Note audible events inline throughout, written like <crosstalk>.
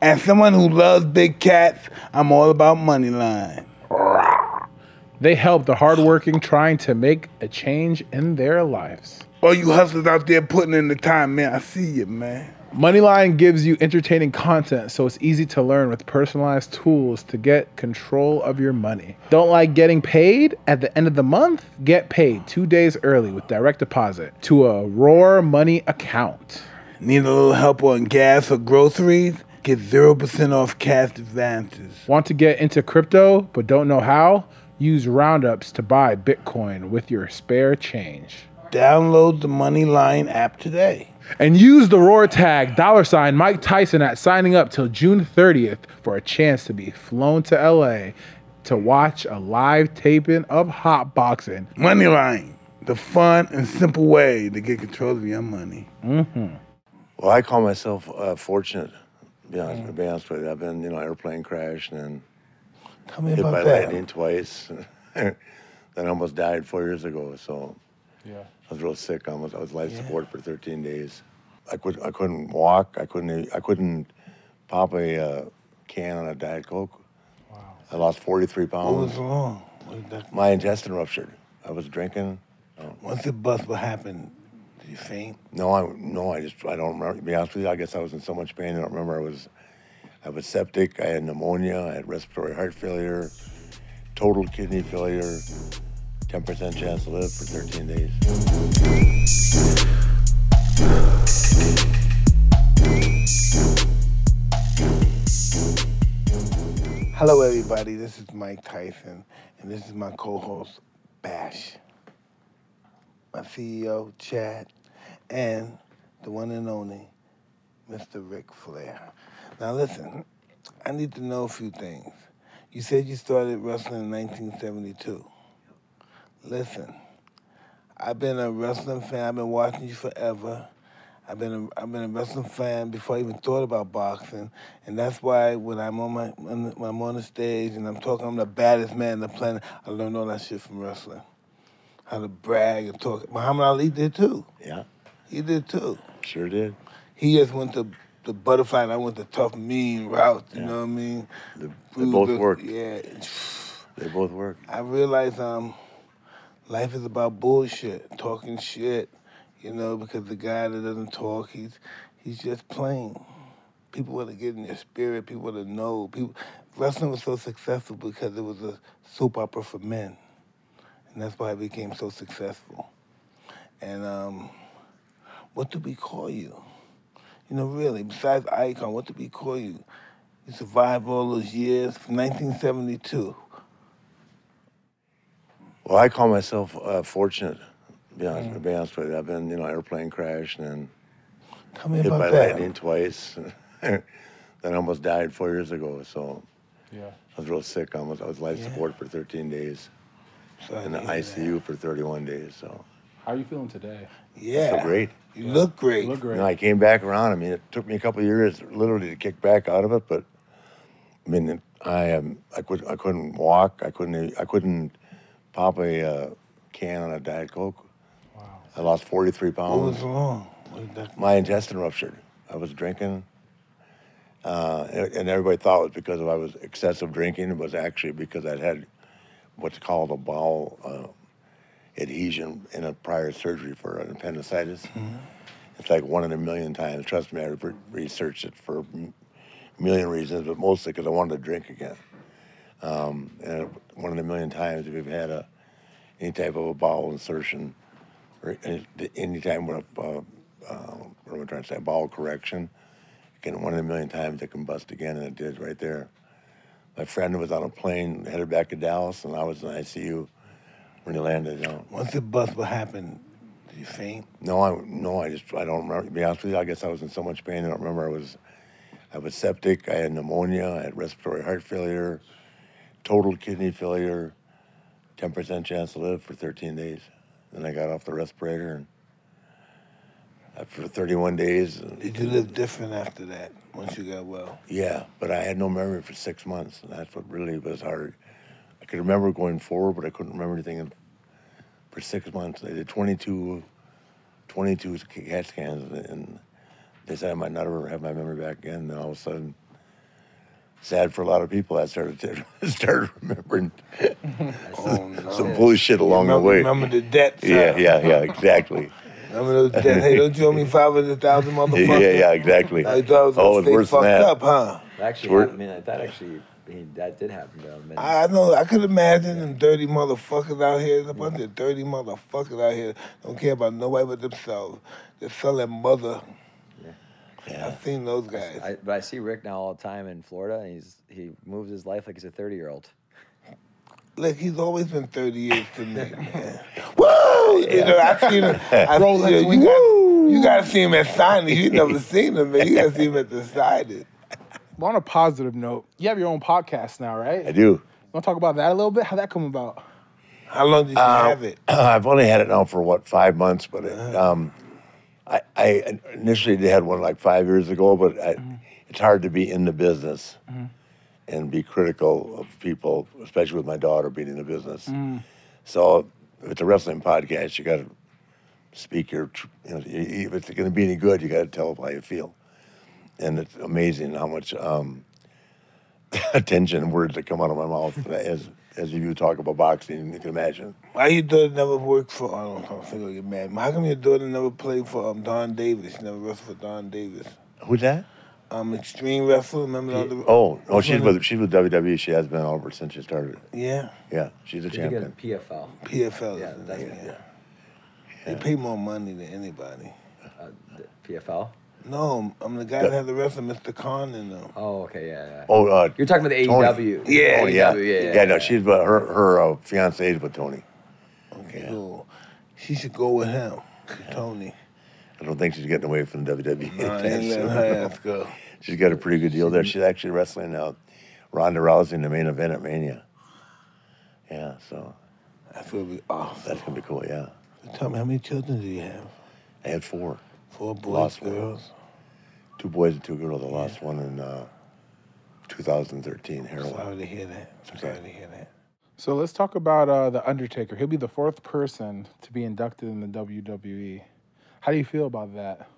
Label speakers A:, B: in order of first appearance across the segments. A: As someone who loves big cats, I'm all about money line.
B: They help the hardworking trying to make a change in their lives.
A: All you hustlers out there putting in the time, man. I see you, man.
B: Moneyline gives you entertaining content, so it's easy to learn with personalized tools to get control of your money. Don't like getting paid at the end of the month? Get paid two days early with direct deposit to a Roar Money account.
A: Need a little help on gas or groceries? Get 0% off cash advances.
B: Want to get into crypto but don't know how? Use roundups to buy Bitcoin with your spare change.
A: Download the Moneyline app today.
B: And use the roar tag dollar sign Mike Tyson at signing up till June 30th for a chance to be flown to LA to watch a live taping of hot boxing.
A: Moneyline, the fun and simple way to get control of your money.
C: Well, I call myself uh, fortunate. To be honest, to be honest with you, I've been you know airplane crashed and
A: Tell me
C: hit by
A: about that.
C: lightning twice. <laughs> then I almost died four years ago. So
B: Yeah.
C: I was real sick. I was, I was life support for 13 days. I could I couldn't walk. I couldn't e, I couldn't pop a uh, can on a diet coke. Wow. I lost 43
A: What
C: pounds.
A: was wrong? What was that?
C: My intestine ruptured. I was drinking.
A: Once it bust, what happened? Did you faint?
C: No, I no, I just I don't remember. To be honest with you, I guess I was in so much pain. I don't remember. I was, I was septic. I had pneumonia. I had respiratory heart failure, total kidney failure, ten percent chance to live for 13 days.
A: Hello, everybody. This is Mike Tyson, and this is my co host, Bash, my CEO, Chad, and the one and only, Mr. Ric Flair. Now, listen, I need to know a few things. You said you started wrestling in 1972. Listen, I've been a wrestling fan, I've been watching you forever. I've been a, I've been a wrestling fan before I even thought about boxing, and that's why when I'm on my when, when I'm on the stage and I'm talking, I'm the baddest man on the planet. I learned all that shit from wrestling, how to brag and talk. Muhammad Ali did too.
C: Yeah,
A: He did too.
C: sure did.
A: He just went to the butterfly, and I went the tough, mean route. You
C: Yeah.
A: know what I mean?
C: They,
A: We
C: they
A: was
C: both
A: the-
C: worked.
A: Yeah.
C: They both worked.
A: I realize um, life is about bullshit, talking shit, you know, because the guy that doesn't talk, he's he's just plain. People want to get in your spirit. People want to know. People, wrestling was so successful because it was a soap opera for men, and that's why it became so successful. And um, what do we call you? You know, really, besides Icon, what do we call you? You survived all those years from 1972.
C: Well, I call myself uh, fortunate. To be honest, to be honest with you, I've been you know airplane crashed and
A: Tell me
C: hit
A: about
C: by
A: that.
C: lightning twice. <laughs> then I almost died four years ago. So
B: Yeah.
C: I was real sick. I almost I was life
A: Yeah.
C: support for 13 days.
A: Sorry
C: in the
A: to hear that.
C: ICU for 31 days. So,
B: How are you feeling today?
A: Yeah.
C: so great.
A: You look great.
B: You look
C: You
B: great.
C: know, I came back around. I mean, it took me a couple of years literally to kick back out of it, but I mean, it- I am. I could. I couldn't walk. I couldn't. e- I couldn't pop a uh, can on a diet coke.
B: Wow.
C: I lost 43
A: What was
C: pounds.
A: wrong? What did that-
C: My intestine ruptured. I was drinking. Uh, and and everybody thought it was because of I was excessive drinking. It was actually because I'd had what's called a bowel uh, adhesion in a prior surgery for an appendicitis. It's like one in a million times. Trust me, I re- researched it for a million reasons, but mostly because I wanted to drink again. Um, and one in a million times, if you've had a, any type of a bowel insertion or any, any time with a, uh, uh, what am I trying to say, bowel correction, again, one in a million times it can bust again, and it did right there. My friend was on a plane headed back to Dallas, and I was in ICU when he landed. You know.
A: Once it bust, what happened? Did you faint?
C: No, I no, I just I don't remember. To be honest with you, I guess I was in so much pain. I don't remember. I was, I was septic. I had pneumonia. I had respiratory heart failure, total kidney failure, ten percent chance to live for 13 days. Then I got off the respirator and uh, for 31 days. and-
A: Did you live different after that? Once you got well,
C: yeah, but I had no memory for six months, and that's what really was hard. I could remember going forward, but I couldn't remember anything in- for six months. I did 22, 22 CAT scans, and they said I might not ever have my memory back again. And all of a sudden, sad for a lot of people. I started to, <laughs> started
A: <laughs>
C: remembering
A: Oh, no.
C: some bullshit along
A: remember,
C: the way.
A: Remember the debt. son.
C: Yeah, yeah, yeah, exactly.
A: <laughs> Remember the debt.
C: <laughs>
A: Hey, don't you owe me 500,000, motherfucker?
C: yeah, yeah, exactly.
A: I thought I was going
C: oh,
A: to
C: it's
A: stay
C: worse than
A: fucked
C: that.
A: up, huh?
D: Actually,
C: Swear-
D: I mean, that actually, he, that did happen to him. and-
A: I I know. I could imagine them dirty motherfuckers out here. There's a bunch of dirty motherfuckers out here. Don't care about nobody but themselves. They're selling mother.
C: Yeah.
A: I've seen those guys.
D: I, but I see Rick now all the time in Florida, and he's he moves his life like he's a thirty year old.
A: Look, he's always been 30 years to me, man. Woo! You know, I've seen him. I've,
B: Rolex
A: you, know,
B: wing.
A: you, got, you got to see him at signings. you never seen him, man. You got to see him at the signing.
B: Well, on a positive note, you have your own podcast now, right?
C: I do.
B: Want to talk about that a little bit? How that come about?
A: How long did you have it?
C: <clears throat> I've only had it now for what five months, but it, um, I, I initially had one like five years ago. But I, it's hard to be in the business and be critical of people, especially with my daughter being in the business. So if it's a wrestling podcast, you got to speak your. tr- You know, i- i- if it's going to be any good, you got to tell how you feel, and it's amazing how much um, <laughs> attention words that come out of my mouth as as you talk about boxing. You can imagine.
A: Why your daughter never worked for, I don't know, I'm going to get mad. How come your daughter never played for um, Don Davis? She never wrestled for Don Davis.
C: Who's that?
A: Um, Extreme Wrestler, remember the other?
C: Oh, oh, she's with she's with WWE. She has been all over since she started.
A: Yeah,
C: Yeah, she's a
D: Did you get a
C: champion.
D: PFL?
A: PFL.
D: Yeah,
A: is the
D: that's
A: name,
D: yeah.
A: yeah. They pay more money than anybody.
D: Uh, the PFL.
A: No, I'm the guy that had the wrestler, Mr. Khan, um, in them.
D: Oh, okay, yeah. yeah.
C: Oh, uh,
D: You're talking about the E
C: Tony.
D: AEW.
A: Yeah,
C: Oh,
D: AEW,
C: yeah.
D: E, yeah, yeah,
C: no,
D: yeah.
C: she's but her her uh, fiance is with Tony.
A: Okay, cool. She should go with him, Tony.
C: I don't think she's getting away from WWE.
A: No, <laughs>
C: <laughs>
A: I
C: anytime
A: ain't letting
C: soon.
A: her ass go.
C: she's got a pretty good deal there. She's actually wrestling now, Ronda Rousey in the main event at Mania. Yeah, so
A: That's gonna be awesome.
C: that's gonna be cool. Yeah,
A: Tell me, how many children do you have?
C: I had four,
A: Four boys,
C: Lost one.
A: girls.
C: two boys and two girls. I lost one in uh, 2013 heroin.
A: Sorry to hear that. I'm sorry to hear that.
B: So let's talk about uh, the Undertaker. He'll be the fourth person to be inducted in the WWE. How do you feel about that?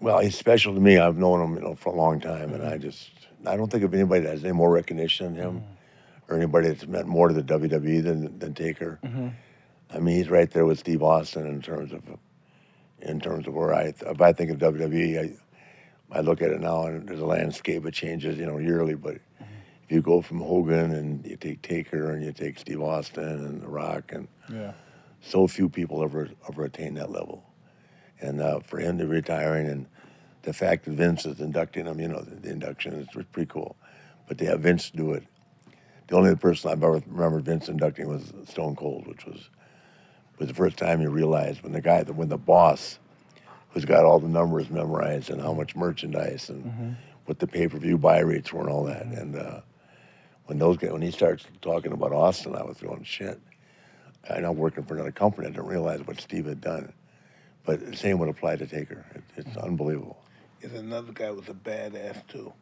C: Well, he's special to me. I've known him, you know, for a long time, and I just I don't think of anybody that has any more recognition than him, or anybody that's meant more to the WWE than than Taker. I mean, he's right there with Steve Austin in terms of in terms of where I if I think of WWE, I I look at it now and there's a landscape. It changes, you know, yearly, but. If you go from Hogan and you take Taker and you take Steve Austin and The Rock and
B: Yeah.
C: so few people ever ever attain that level. And uh, for him to retiring and the fact that Vince is inducting him, you know, the, the induction is was pretty cool. But to have Vince do it, the only person I've ever remembered Vince inducting was Stone Cold, which was was the first time you realized when the guy that when the boss who's got all the numbers memorized and how much merchandise and what the pay per view buy rates were and all that. And uh, when those guys, when he starts talking about Austin, I was going shit. I know working for another company, I didn't realize what Steve had done. But the same would apply to Taker. It, it's
A: Hmm.
C: unbelievable.
A: There's another guy who was a badass too.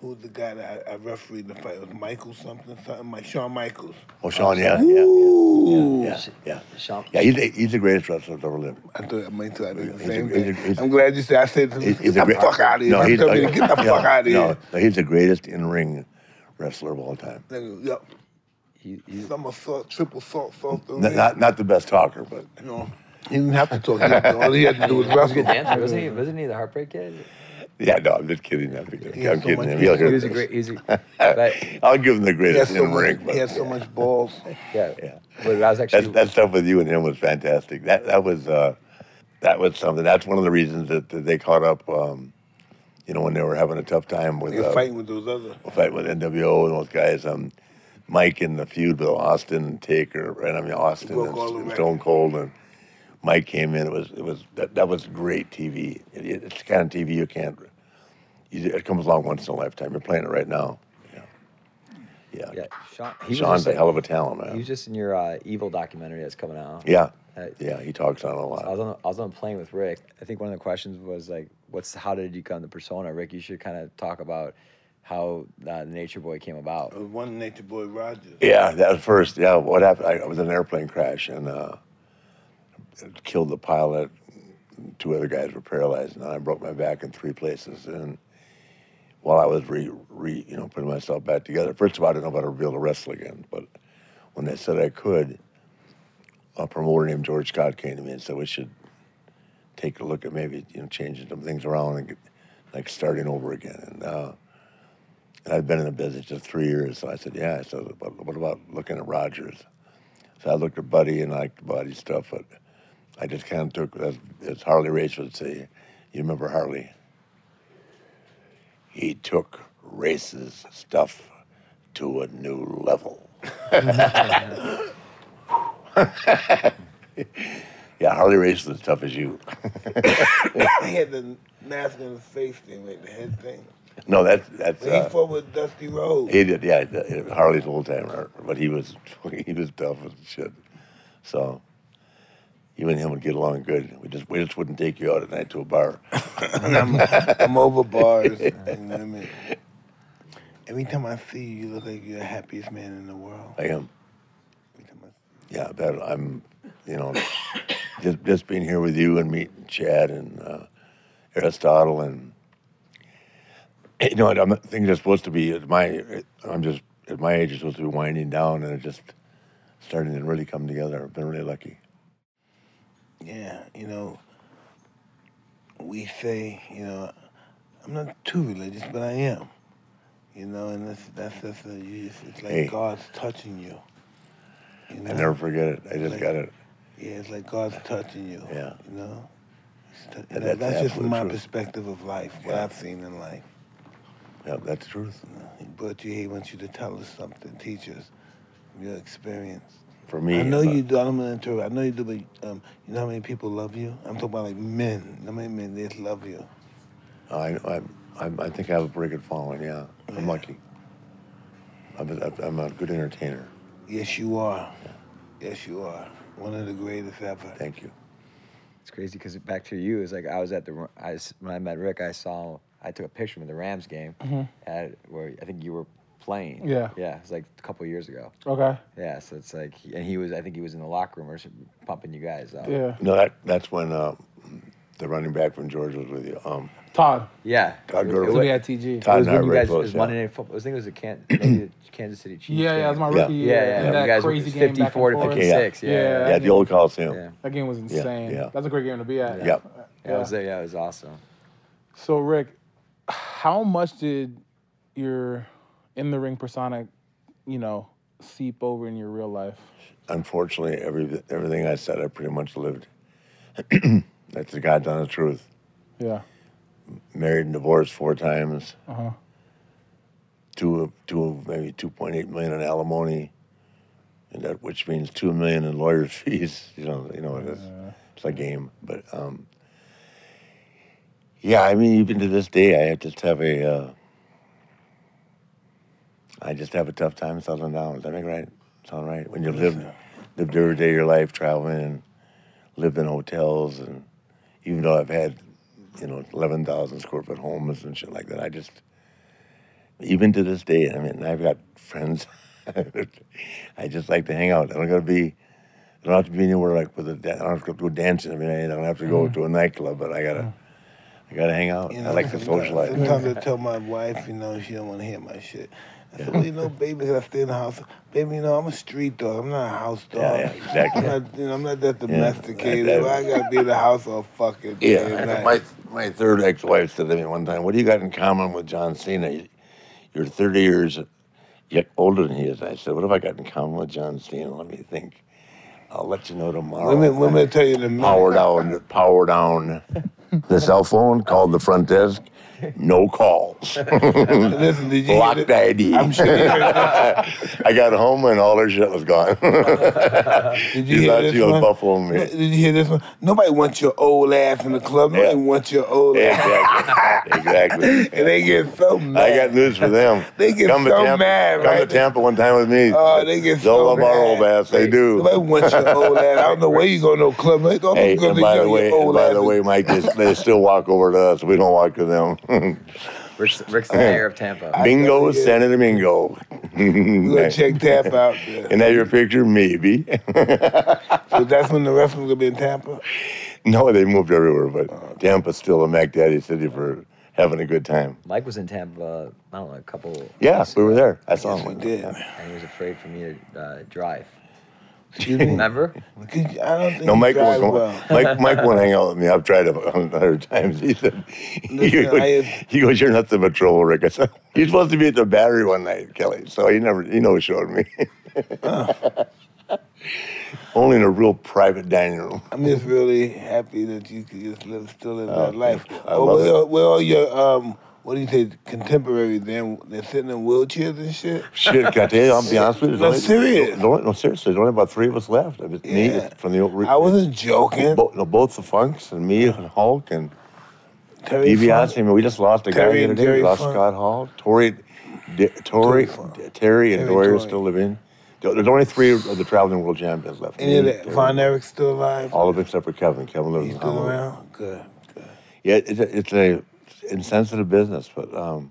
A: Who was the guy that I, I refereed the fight? It was Michael something, something like Shawn Michaels.
C: Oh, Sean, yeah, yeah,
A: Ooh.
C: yeah, yeah.
D: Shawn-
C: Yeah, he's, the- he's the greatest wrestler that's ever lived.
A: I thought I might say I did the
C: He's a-
A: same
C: he's a-
A: thing.
C: he's-
A: I'm glad you said I said to him,
C: He's, he's
A: get the
C: great-
A: fuck out of here.
C: No,
A: He
C: he's,
A: told me to get the
C: yeah,
A: fuck out of
C: no,
A: here.
C: no, he's the greatest in-ring wrestler of all time.
A: Nigga, yup.
D: He, he's,
C: <laughs>
A: Somersault, triple salt, salt. through
C: Not,
A: me.
C: not, not the best talker, but
A: You know, he didn't have to talk. He had to- All he had to do was
D: a good
A: wrestle.
D: dancer, wasn't he? Wasn't he the Heartbreak Kid?
C: yeah, no, I'm just kidding. I'm,
A: He has so
C: I'm kidding
A: much-
C: him. He'll hear
D: He was a
C: this.
D: great.
C: <laughs>
D: He's a, but
C: I'll give him the
A: He had
C: greatest
A: so much,
C: in-ring.
A: he had so much balls.
D: yeah,
C: Yeah.
D: But I was actually
C: That, that stuff with you and him was fantastic. That that was uh, that was something. That's one of the reasons that, that they caught up. Um, you know, when they were having a tough time with
A: He was
C: uh,
A: fighting with those other.
C: fight with NWO and those guys. Um, Mike in the feud with Austin and Taker, and I mean Austin
A: Broke
C: and,
A: all the
C: and
A: records.
C: Stone Cold, and Mike came in. It was it was that, that was great TV. It, it- it's the kind of TV you can't. You, it comes along once in a lifetime. You're playing it right now. Yeah, yeah.
D: yeah. Shawn, he was
C: Sean's
D: just,
C: a hell of a talent, man.
D: He was just in your uh, Evil documentary that's coming out.
C: yeah,
D: Uh,
C: yeah. He talks on a lot.
D: I was on I was on a plane with Rick. I think one of the questions was like, "What's how did you come to persona?" Rick, you should kind of talk about how uh, Nature Boy came about.
A: There
B: Oh.
A: was uh, one nature boy, Rogers.
C: Yeah, that was first. Yeah, what happened? I, I was in an airplane crash and uh, it killed the pilot. Two other guys were paralyzed, and I broke my back in three places. And while I was re, re you know putting myself back together. First of all, I didn't know if I'd ever be able to wrestle again. But when they said I could, a promoter named George Scott came to me and said we should take a look at maybe you know changing some things around and get, like starting over again. And, uh, and I'd been in the business just three years, so I said, yeah. I said, but what about looking at Rogers? So I looked at Buddy and I liked Buddy's stuff, but I just kind of took, as, as Harley Race would say, you remember Harley? He took races stuff to a new level. <laughs> yeah, Harley Race was as tough as you. <laughs>
A: He had the mask on his face thing, like the head thing.
C: no, that's that's.
A: But he
C: Uh,
A: fought with Dusty Rhodes.
C: He did, yeah. the- Harley's old timer, but he was <laughs> he was tough as shit. So you and him would get along good. We just we just wouldn't take you out at night to a bar.
A: And I'm, I'm over
C: <laughs>
A: bars. You know what I mean? Every time I see you, you look like you're the happiest man in the world.
C: I am,
A: Every time I-
C: <laughs> yeah. That I'm, you know, just just being here with you and meeting Chad and uh, Aristotle and you know, I'm, things are supposed to be at my I'm just at my age, it's supposed to be winding down and it just starting to really come together. I've been really lucky.
A: yeah, you know, we say, you know, I'm not too religious, but I am. You know, and that's that's that's a, you just, it's like
C: Hey.
A: God's touching you. You know?
C: I never forget it. I just got it.
A: Yeah, it's like God's touching you.
C: Yeah.
A: You know? It's tou-
C: And
A: that-
C: that's
A: that's just
C: absolute
A: from my
C: truth.
A: perspective of life, what
C: Yeah.
A: I've seen in life.
C: Yeah, that's the truth.
A: But you, he wants you to tell us something, teach us from your experience.
C: For me, uh,
A: I know
C: it's not-
A: you do. I'm gonna interrupt. I know you do, but um, you know how many people love you? I'm talking about like men. How many men they love you?
C: I, I, I'm- I think I have a pretty good following. Yeah, I'm lucky. I'm a, I'm a good entertainer.
A: Yes, you are. Yes, you are. One of the greatest ever.
C: Thank you.
D: It's crazy because back to you is like I was at the I s- when I met Rick, I saw I took a picture with the Rams game at where I think you were playing.
B: Mm-hmm. Yeah.
D: yeah, it's like a couple years ago.
B: Okay.
D: Yeah, so it's like and he was I think he was in the locker room or something, pumping you guys up.
B: Yeah.
C: No, that that's when uh, the running back from Georgia was with you. Um,
B: Todd.
D: yeah.
C: Todd
D: It-
C: Gurley.
D: it
B: So
D: wa-
B: we had TG.
D: It
C: Todd
D: was
C: and I
D: when
C: were
D: you
C: very
D: guys. It
C: close.
D: was
C: Yeah.
D: Monday Night Football. I think it was the Can, maybe the Kansas City Chiefs.
B: Yeah, yeah, it was my
C: Yeah.
B: rookie
D: Yeah,
B: year.
D: yeah,
B: and that
D: you guys
B: crazy
D: were
B: game back and
D: fifty-four to
B: forth.
D: fifty-six. Yeah,
B: Yeah.
C: yeah,
D: yeah,
B: I
C: the old Coliseum.
D: yeah.
B: That game was insane.
C: yeah.
B: That's a great game to be at.
C: Yep.
D: Yeah, it was yeah, it was awesome.
B: So Rick, how much did your in the ring persona, you know, seep over in your real life?
C: Unfortunately, every everything I said, I pretty much lived. <clears throat> that's the God honest truth.
B: Yeah.
C: Married and divorced four times.
B: Uh huh.
C: two two maybe two point eight million in alimony, and that which means two million in lawyers' <laughs> fees. You know, you know it's it's a game, but um, yeah, I mean, even to this day, I just have a uh, I just have a tough time settling down. Does that make right? Sound right? When you live lived every day of your life traveling, and lived in hotels, and even though I've had you know eleven thousand square foot homes and shit like that, I just even to this day, I mean, I've got friends. <laughs> I just like to hang out. I don't gotta be. I don't have to be anywhere like with a. da- I don't have to go dancing. I mean, I don't have to go
A: Mm-hmm.
C: to a nightclub, but I gotta. I gotta hang out.
A: You
C: I
A: know,
C: like to
A: sometimes-
C: socialize.
A: Sometimes I tell my wife, you know, she don't want to hear my shit. I said, well, you know, baby, 'cause I stay in the house. Baby, you know, I'm a street dog. I'm not a house dog.
C: Yeah, yeah, exactly.
A: I'm not, you know, I'm not that domesticated.
C: that-
A: I gotta be in the house all fucking day and
C: Yeah,
A: night.
C: my my third ex-wife said to me one time, "What do you got in common with John Cena? You're 30 years yet older than he is." I said, "What have I got in common with John Cena? Let me think. I'll let you know tomorrow."
A: Women, women tell you the
C: power down, power down. The cell phone called the front desk. No calls.
A: Listen, did <laughs> you
C: <laughs>
A: hear
C: Blocked
A: the-
C: ID.
A: I'm sure you heard
C: <laughs> I got home and all her shit
A: <laughs>
C: was gone. <laughs>
A: Did
C: You thought you was
A: one?
C: buffaloing me.
A: No, Did you hear this one? Nobody wants your old ass in the club. Nobody
C: Yeah.
A: wants your old ass. <laughs>
C: exactly. Exactly.
A: And they get so mad.
C: I got news for them.
A: <laughs> They get
C: come to
A: so
C: Tampa,
A: mad,
C: Come
A: right?
C: to Tampa one time with me.
A: Oh, they get
C: They'll
A: so
C: love
A: mad.
C: our old ass. They
A: Nobody
C: do.
A: wants your
C: <laughs>
A: old ass. I don't know where you go to no club. They go
C: Hey,
A: go
C: and
A: to
C: by the
A: your
C: way, and
A: old
C: by
A: ass.
C: the way, Mike, they, they still walk over to us. We don't walk to them. <laughs>
D: Rick's, Rick's the mayor of Tampa.
C: Bingo,
A: yeah.
C: Senator <laughs> Bingo.
A: We're gonna check tap
C: <laughs>
A: out. Yeah.
C: And that your picture? Maybe. <laughs>
A: So that's when the rest of them gonna be in Tampa. Oh.
C: no, they moved everywhere, but Tampa's still a Mac Daddy city for having a good time.
D: Mike was in Tampa. I don't know, a couple.
C: Yeah,
D: weeks
C: we were
D: ago,
C: there. I saw
A: Yes,
C: him.
A: we
C: one
A: did.
C: time.
D: And he was afraid for me to uh, drive.
A: Excuse me.
D: Remember?
A: Could- I don't think
C: No,
A: you
C: Mike
A: drive
C: won't, go-
A: well.
C: <laughs> Mike, Mike won't hang out with me. I've tried it a hundred <laughs> times. He said, he,
A: Listen,
C: goes,
A: I have-
C: he goes, you're not the patrol, Rick. I said, <laughs> you're supposed to be at the battery one night, Kelly. So he never, he never showed me. <laughs> Only in a real private dining room. <laughs>
A: I'm just really happy that you could just live still in that life.
C: Oh, I
A: But
C: love
A: where,
C: it.
A: are- where are your um? What do you say? Contemporary? Then they're sitting in wheelchairs and shit.
C: Shit, can I tell you? I'll be honest with you.
A: No,
C: there's only-
A: serious.
C: No, no, seriously. There's only about three of us left. It was me
A: Yeah.
C: from the old.
A: I wasn't joking.
C: Both, no, both the Funks and me and Hulk and
A: Terry
C: DiBiase. I
A: Funk,
C: mean, we just lost a guy
A: Terry
C: the other
A: and
C: day.
A: Jerry
C: we lost
A: Funk.
C: Scott Hall. Tori, D- Tori,
A: Terry Funk.
C: D- Terry, and
A: Terry
C: Dory are
A: Dory.
C: still living. There- There's only three of the traveling world champions left.
A: any of
C: Me,
A: that?
C: Terry,
A: Von Erich's still alive?
C: All of them except for Kevin. Kevin lives
A: He's
C: in
A: still
C: Honolulu.
A: around. Good. good.
C: Yeah, it's a, it's a insensitive business, but um,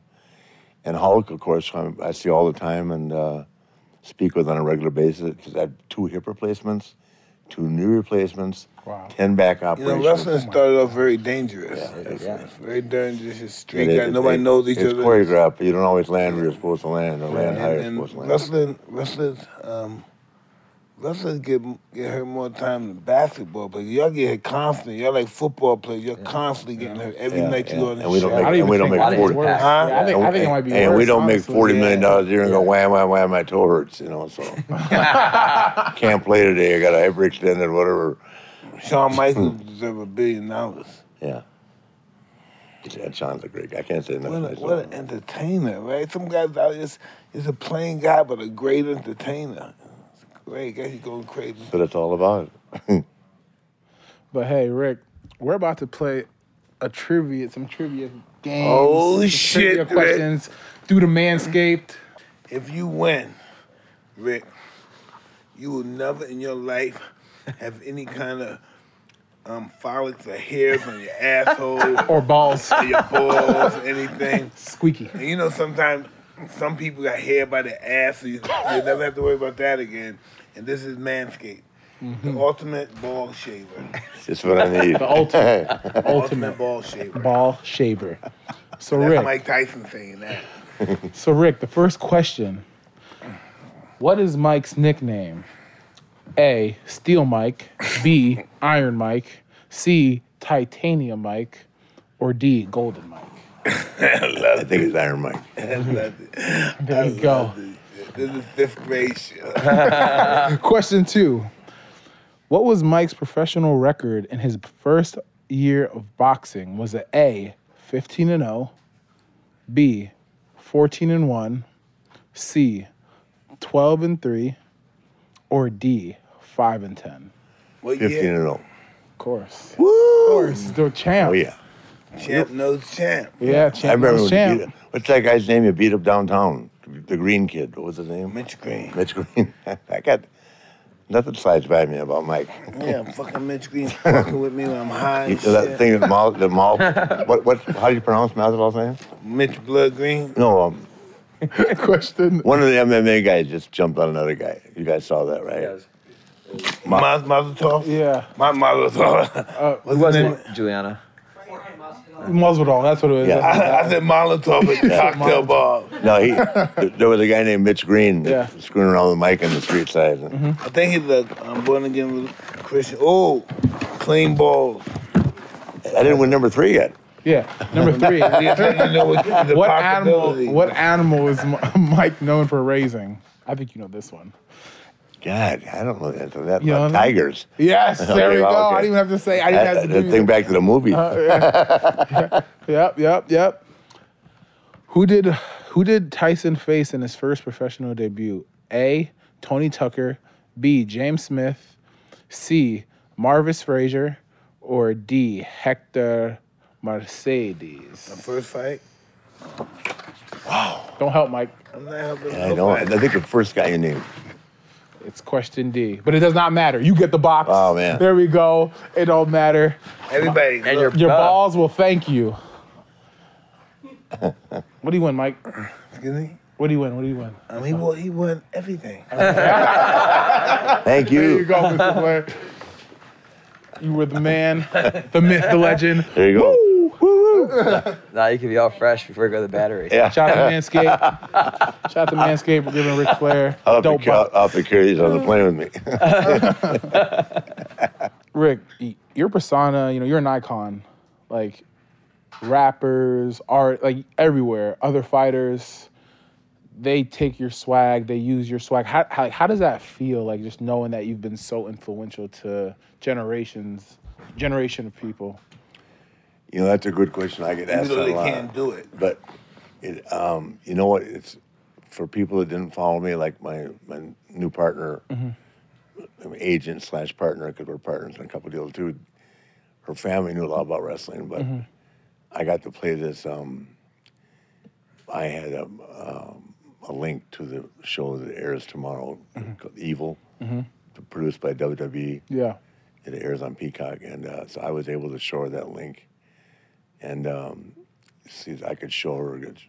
C: and Hulk, of course, I'm, I see all the time and uh, speak with on a regular basis. 'cause I had two hip replacements, two knee replacements,
B: Wow.
C: ten back
A: You know,
C: operations.
A: wrestling started off very dangerous. It's,
D: yeah.
A: it's very dangerous. It's
C: And
A: street
C: it-
A: guy.
C: it-
A: Nobody
C: it-
A: knows each
C: it's
A: other.
C: choreographed. but You don't always land where you're supposed to land, or land higher
A: and,
C: you're supposed to
A: and
C: land.
A: wrestling, wrestlers, um, wrestlers get get hurt more time than basketball players. Y'all get hit constantly. Y'all like football players. You're constantly getting hurt every
C: Yeah,
A: night you
C: yeah.
A: go on the
C: And we don't
A: show.
C: make-
B: I don't even
C: we don't
B: think
C: make
B: I think it's
D: 40.
B: worse.
A: Huh?
B: Yeah, I, think, I think it might be
C: and
B: worse.
C: we don't make
B: honestly.
C: forty million dollars a year and go
A: Yeah.
C: wham wham wham. My toe hurts, you
A: <laughs>
C: know.
B: <laughs>
C: So can't play today. I got a hyperextended whatever.
A: Shawn
C: <laughs>
A: Michaels deserve a billion dollars.
C: Yeah. Yeah, Sean's a great guy. I can't say nothing.
A: What,
C: I
A: a,
C: saw
A: what
C: him.
A: an entertainer, right? Some guys out just is a plain guy, but a great entertainer. It's great guy, he's going crazy.
C: That's what it's all about. <laughs>
B: But hey, Rick, we're about to play a trivia, some trivia games.
A: Oh,
B: some
A: shit,
B: Trivia
A: Rick.
B: questions through the manscaped.
A: If you win, Rick, you will never in your life have any kind of um, follicles or hairs on your asshole,
B: Or balls.
A: or your balls, or anything.
B: Squeaky.
A: And you know, sometimes some people got hair by the ass, so you, you never have to worry about that again. And this is Manscaped, the ultimate ball shaver.
C: It's just
A: <laughs>
C: what I need.
B: The ultimate, <laughs> ultimate
A: ultimate ball shaver.
B: ball <laughs> shaver. So
A: That's
B: Rick,
A: Mike Tyson saying that.
B: so Rick, the first question. What is Mike's nickname? A. Steel Mike. B. Iron Mike. C. Titanium Mike. Or D. Golden Mike.
C: <laughs> I think it's
A: <laughs>
C: Iron Mike.
A: I love it.
B: There you go.
A: This is fifth grade shit.
B: Question two. What was Mike's professional record in his first year of boxing? Was it A, 15 and 0, <laughs> B, 14 and 1, C, 12 and 3, or D, 5 and 10?
A: What
C: 15
A: year?
C: and 0.
B: Of course. Of
C: Woo!
B: course. The champ.
C: Oh, yeah.
A: Champ knows champ.
B: Yeah,
C: I
B: champ.
C: remember when you
B: champ.
C: beat him. What's that guy's name you beat up downtown? The green kid. What was his name?
A: Mitch Green.
C: Mitch Green. <laughs> I got nothing slides by me about Mike.
A: Yeah, fucking Mitch
C: <laughs>
A: Green fucking with me when I'm high.
C: You
A: And
C: know that
A: shit.
C: thing that Mal, the <laughs> Mal, what, what, how do you pronounce Mazelov's name?
A: Mitch Blood Green.
C: No, um,
B: <laughs> Question.
C: one of the MMA guys just jumped on another guy. You guys saw that, right?
D: Yes.
A: Ma- Molotov.
B: Yeah.
A: My Molotov. <laughs>
B: Uh,
A: What's
D: Who was
A: his name?
D: it? Juliana.
B: Masvidal. That's what it was.
C: Yeah.
B: That's what it
A: I, I said Molotov at the cocktail bar.
C: No, he. th- there was a guy named Mitch Green
B: Yeah. Mm-hmm.
C: screwing around with Mike on the street side. And
A: I think he's a um, born again Christian. Oh, clean balls.
C: I didn't win number three yet.
B: was. yeah. <laughs> Number
A: You
B: three.
A: know what, the
B: what animal?
A: possibility.
B: What animal is M- <laughs> Mike known for raising? I think you know this one.
C: God, I don't know the answer to that.
B: You
C: About
B: know that?
C: tigers.
B: Yes, there
C: <laughs> Okay,
B: we go.
C: well,
B: I
C: okay.
B: didn't even have to say. I didn't Uh,
C: I, I,
B: have to do
C: think back to the movie.
B: Yep, yep, yep. Who did Who did Tyson face in his first professional debut? A. Tony Tucker. B. James Smith. C. Marvis Frazier. Or D. Hector Mercedes.
A: First fight.
B: Don't help, Mike.
A: I'm not helping.
C: I know. I
A: nobody.
C: think the first guy you named.
B: It's question D. But it does not matter. You get the box.
C: Oh, man.
B: There we go. It don't matter.
A: Everybody.
D: And
A: look,
B: Your
D: Duh.
B: balls will thank you. <laughs> what do you win, Mike?
A: excuse me.
B: What do you win? What do you
C: <laughs>
B: win?
A: Um, he won. He won everything.
C: Thank
B: <laughs> There you
C: you.
B: go, Mr. Blair. You were the man, the myth, the legend.
C: There you go.
B: Woo!
D: Now you can be all fresh before you go to the battery.
C: Yeah.
B: Shout out to Manscaped. Shout out to Manscaped for giving Ric Flair
C: I'll have, to,
B: dope
C: cu-
B: butt.
C: I'll have to carry these on the plane with me. <laughs>
B: Rick, y- your persona, you know, you're an icon. Like rappers, art, like everywhere, other fighters, they take your swag, they use your swag. How, how, how does that feel? Like just knowing that you've been so influential to generations, generation of people.
C: you know, that's a good question. I get
A: You
C: asked that
A: literally
C: a lot.
A: can't do it.
C: But it, um, you know what? It's for people that didn't follow me, like my my new partner,
A: Mm-hmm.
C: my agent slash partner, because we're partners in a couple deals too. Her family knew a lot about wrestling, but
A: Mm-hmm.
C: I got to play this. Um, I had a, um, a link to the show that airs tomorrow
A: Mm-hmm.
C: called Evil, produced by E. WWE
B: Yeah.
C: it airs on Peacock, and uh, so I was able to show her that link, and um, see, I could show her. It's,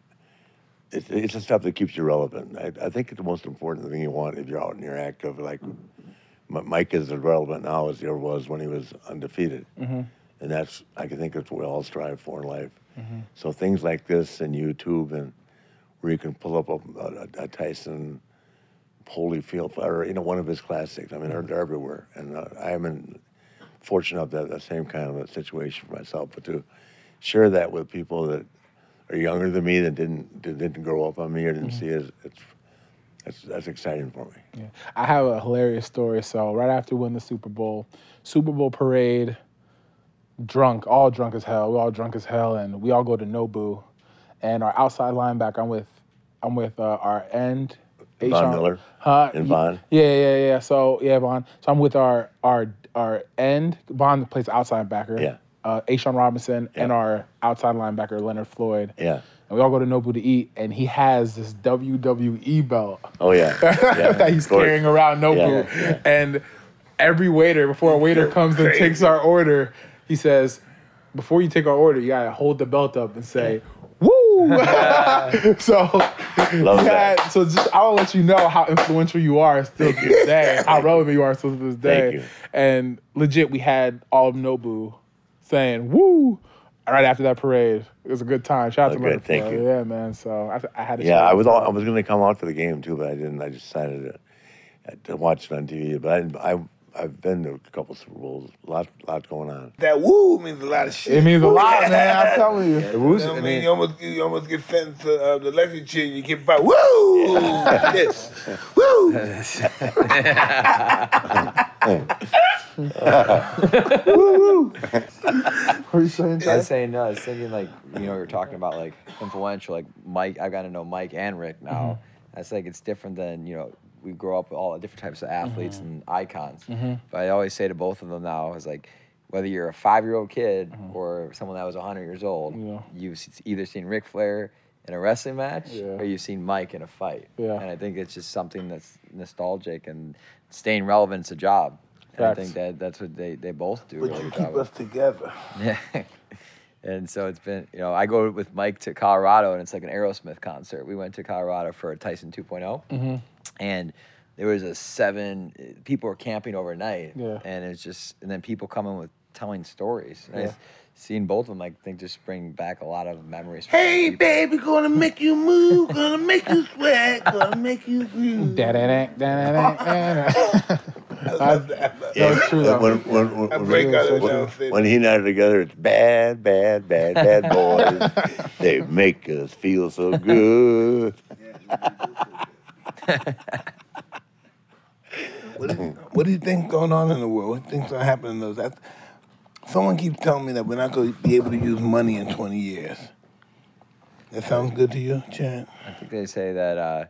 C: it's, it's the stuff that keeps you relevant. I, I think it's the most important thing you want if you're out and you're active. Like M- Mike is as relevant now as he ever was when he was undefeated, and that's I can think that's what we all strive for in life. So things like this and YouTube and where you can pull up a, a, a Tyson. Holyfield, or you know, one of his classics. I mean, they're, they're everywhere, and uh, I'm in fortunate enough to have that same kind of a situation for myself. But to share that with people that are younger than me that didn't that didn't grow up on me or didn't
B: Mm-hmm.
C: see it, it's that's that's exciting for me.
B: Yeah. I have a hilarious story. So right after we win the Super Bowl, Super Bowl parade, drunk, all drunk as hell. We all drunk as hell, and we all go to Nobu, and our outside linebacker. I'm with, I'm with uh, <laughs> our end.
C: Von
B: Ashawn-
C: Miller
B: Huh? Y-
C: and Von.
B: Yeah, yeah, yeah. So yeah, Von. So I'm with our our our end. Von plays outside backer.
C: Yeah.
B: Uh, Ashawn Robinson and
C: Yeah.
B: our outside linebacker Leonard Floyd.
C: Yeah.
B: And we all go to Nobu to eat, and he has this WWE belt <laughs>
C: Oh yeah. yeah
B: that he's
C: of course.
B: carrying around Nobu.
C: Yeah, yeah.
B: And every waiter, before a waiter comes and takes our order, he says, before you take our order, you gotta hold the belt up and say,
C: <laughs>
B: Woo! <laughs> so
C: Love that.
B: yeah, so just I wanna let you know how influential you are still to this day, how relevant you are still to this day.
C: Thank you.
B: And legit we had all of Nobu saying, Woo! Right after that parade, it was a good time. Shout out
C: Oh,
B: to
C: good.
B: Leonard
C: Thank
B: Floyd.
C: you.
B: Yeah, man. So I, I had a
C: Yeah, I was all, I was going to come out to the game too, but I didn't. I decided to, uh, to watch it on TV. But I, I I've been to a couple Super Bowls. Lot lot going on.
A: That woo means a lot of shit.
B: It means a lot, man.
A: <laughs>
B: I'm telling you.
D: It was-
A: You know what
D: I
A: I
D: mean,
A: mean? You almost, you almost get sent to uh, the lecture chair and you get by, woo! <laughs> Yes. Woo! <laughs>
B: What are you saying?
D: I was saying no. I was thinking like you know you're talking about like influential like Mike. I've got to know Mike and Rick now.
B: Mm-hmm.
D: That's like it's different than you know we grow up with all different types of athletes
B: Mm-hmm.
D: and icons. But I always say to both of them now is like whether you're a five year old kid or someone that was hundred years old,
B: Mm-hmm. Yeah.
D: you've s- either seen Ric Flair in a wrestling match
B: Yeah.
D: or you've seen Mike in a fight.
B: Yeah.
D: And I think it's just something that's nostalgic and staying relevant's a job. And I
B: Facts.
D: think that that's what they, they both do. a
A: But
D: really
A: you
D: good
A: keep
D: job of.
A: us together.
D: Yeah. <laughs> and so it's been, you know, I go with Mike to Colorado and it's like an Aerosmith concert. We went to Colorado for a Tyson 2.0. And there was a seven, people were camping overnight.
B: Yeah.
D: And it's just, and then people coming with telling stories. And I seen both of them, I think, just bring back a lot of memories. for
A: Hey,
D: people.
A: baby, gonna make you move, gonna make you sweat, gonna make you groove.
B: Da-da-da-da-da-da-da. That was true, though.
C: When, when, when,
A: I break
B: out of
A: John Cena.
C: when, when he and I are together, it's bad, bad,
B: <laughs>
C: bad, bad boys. they make us feel so good.
A: What do, you, what do you think's going on in the world? What things are happening to us? That's- Someone keeps telling me that we're not going to be able to use money in 20 years. That sounds good to you, Chad?
D: I think they say that uh,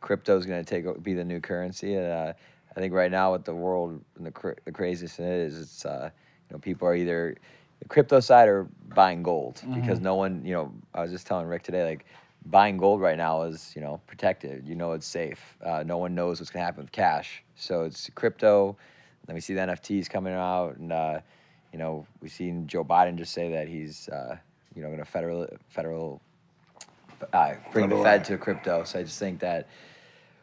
D: crypto is going to take o- be the new currency, and uh, I think right now with the world and the cra- the craziest in it is it's uh, you know people are either the crypto side or buying gold because no one you know I was just telling Rick today like buying gold right now is you know protected you know it's safe uh, no one knows what's going to happen with cash so it's crypto then we see the NFTs coming out and. Uh, you know, we've seen Joe Biden just say that he's, uh, you know, going to federal federal uh, bring the Fed to crypto. So I just think that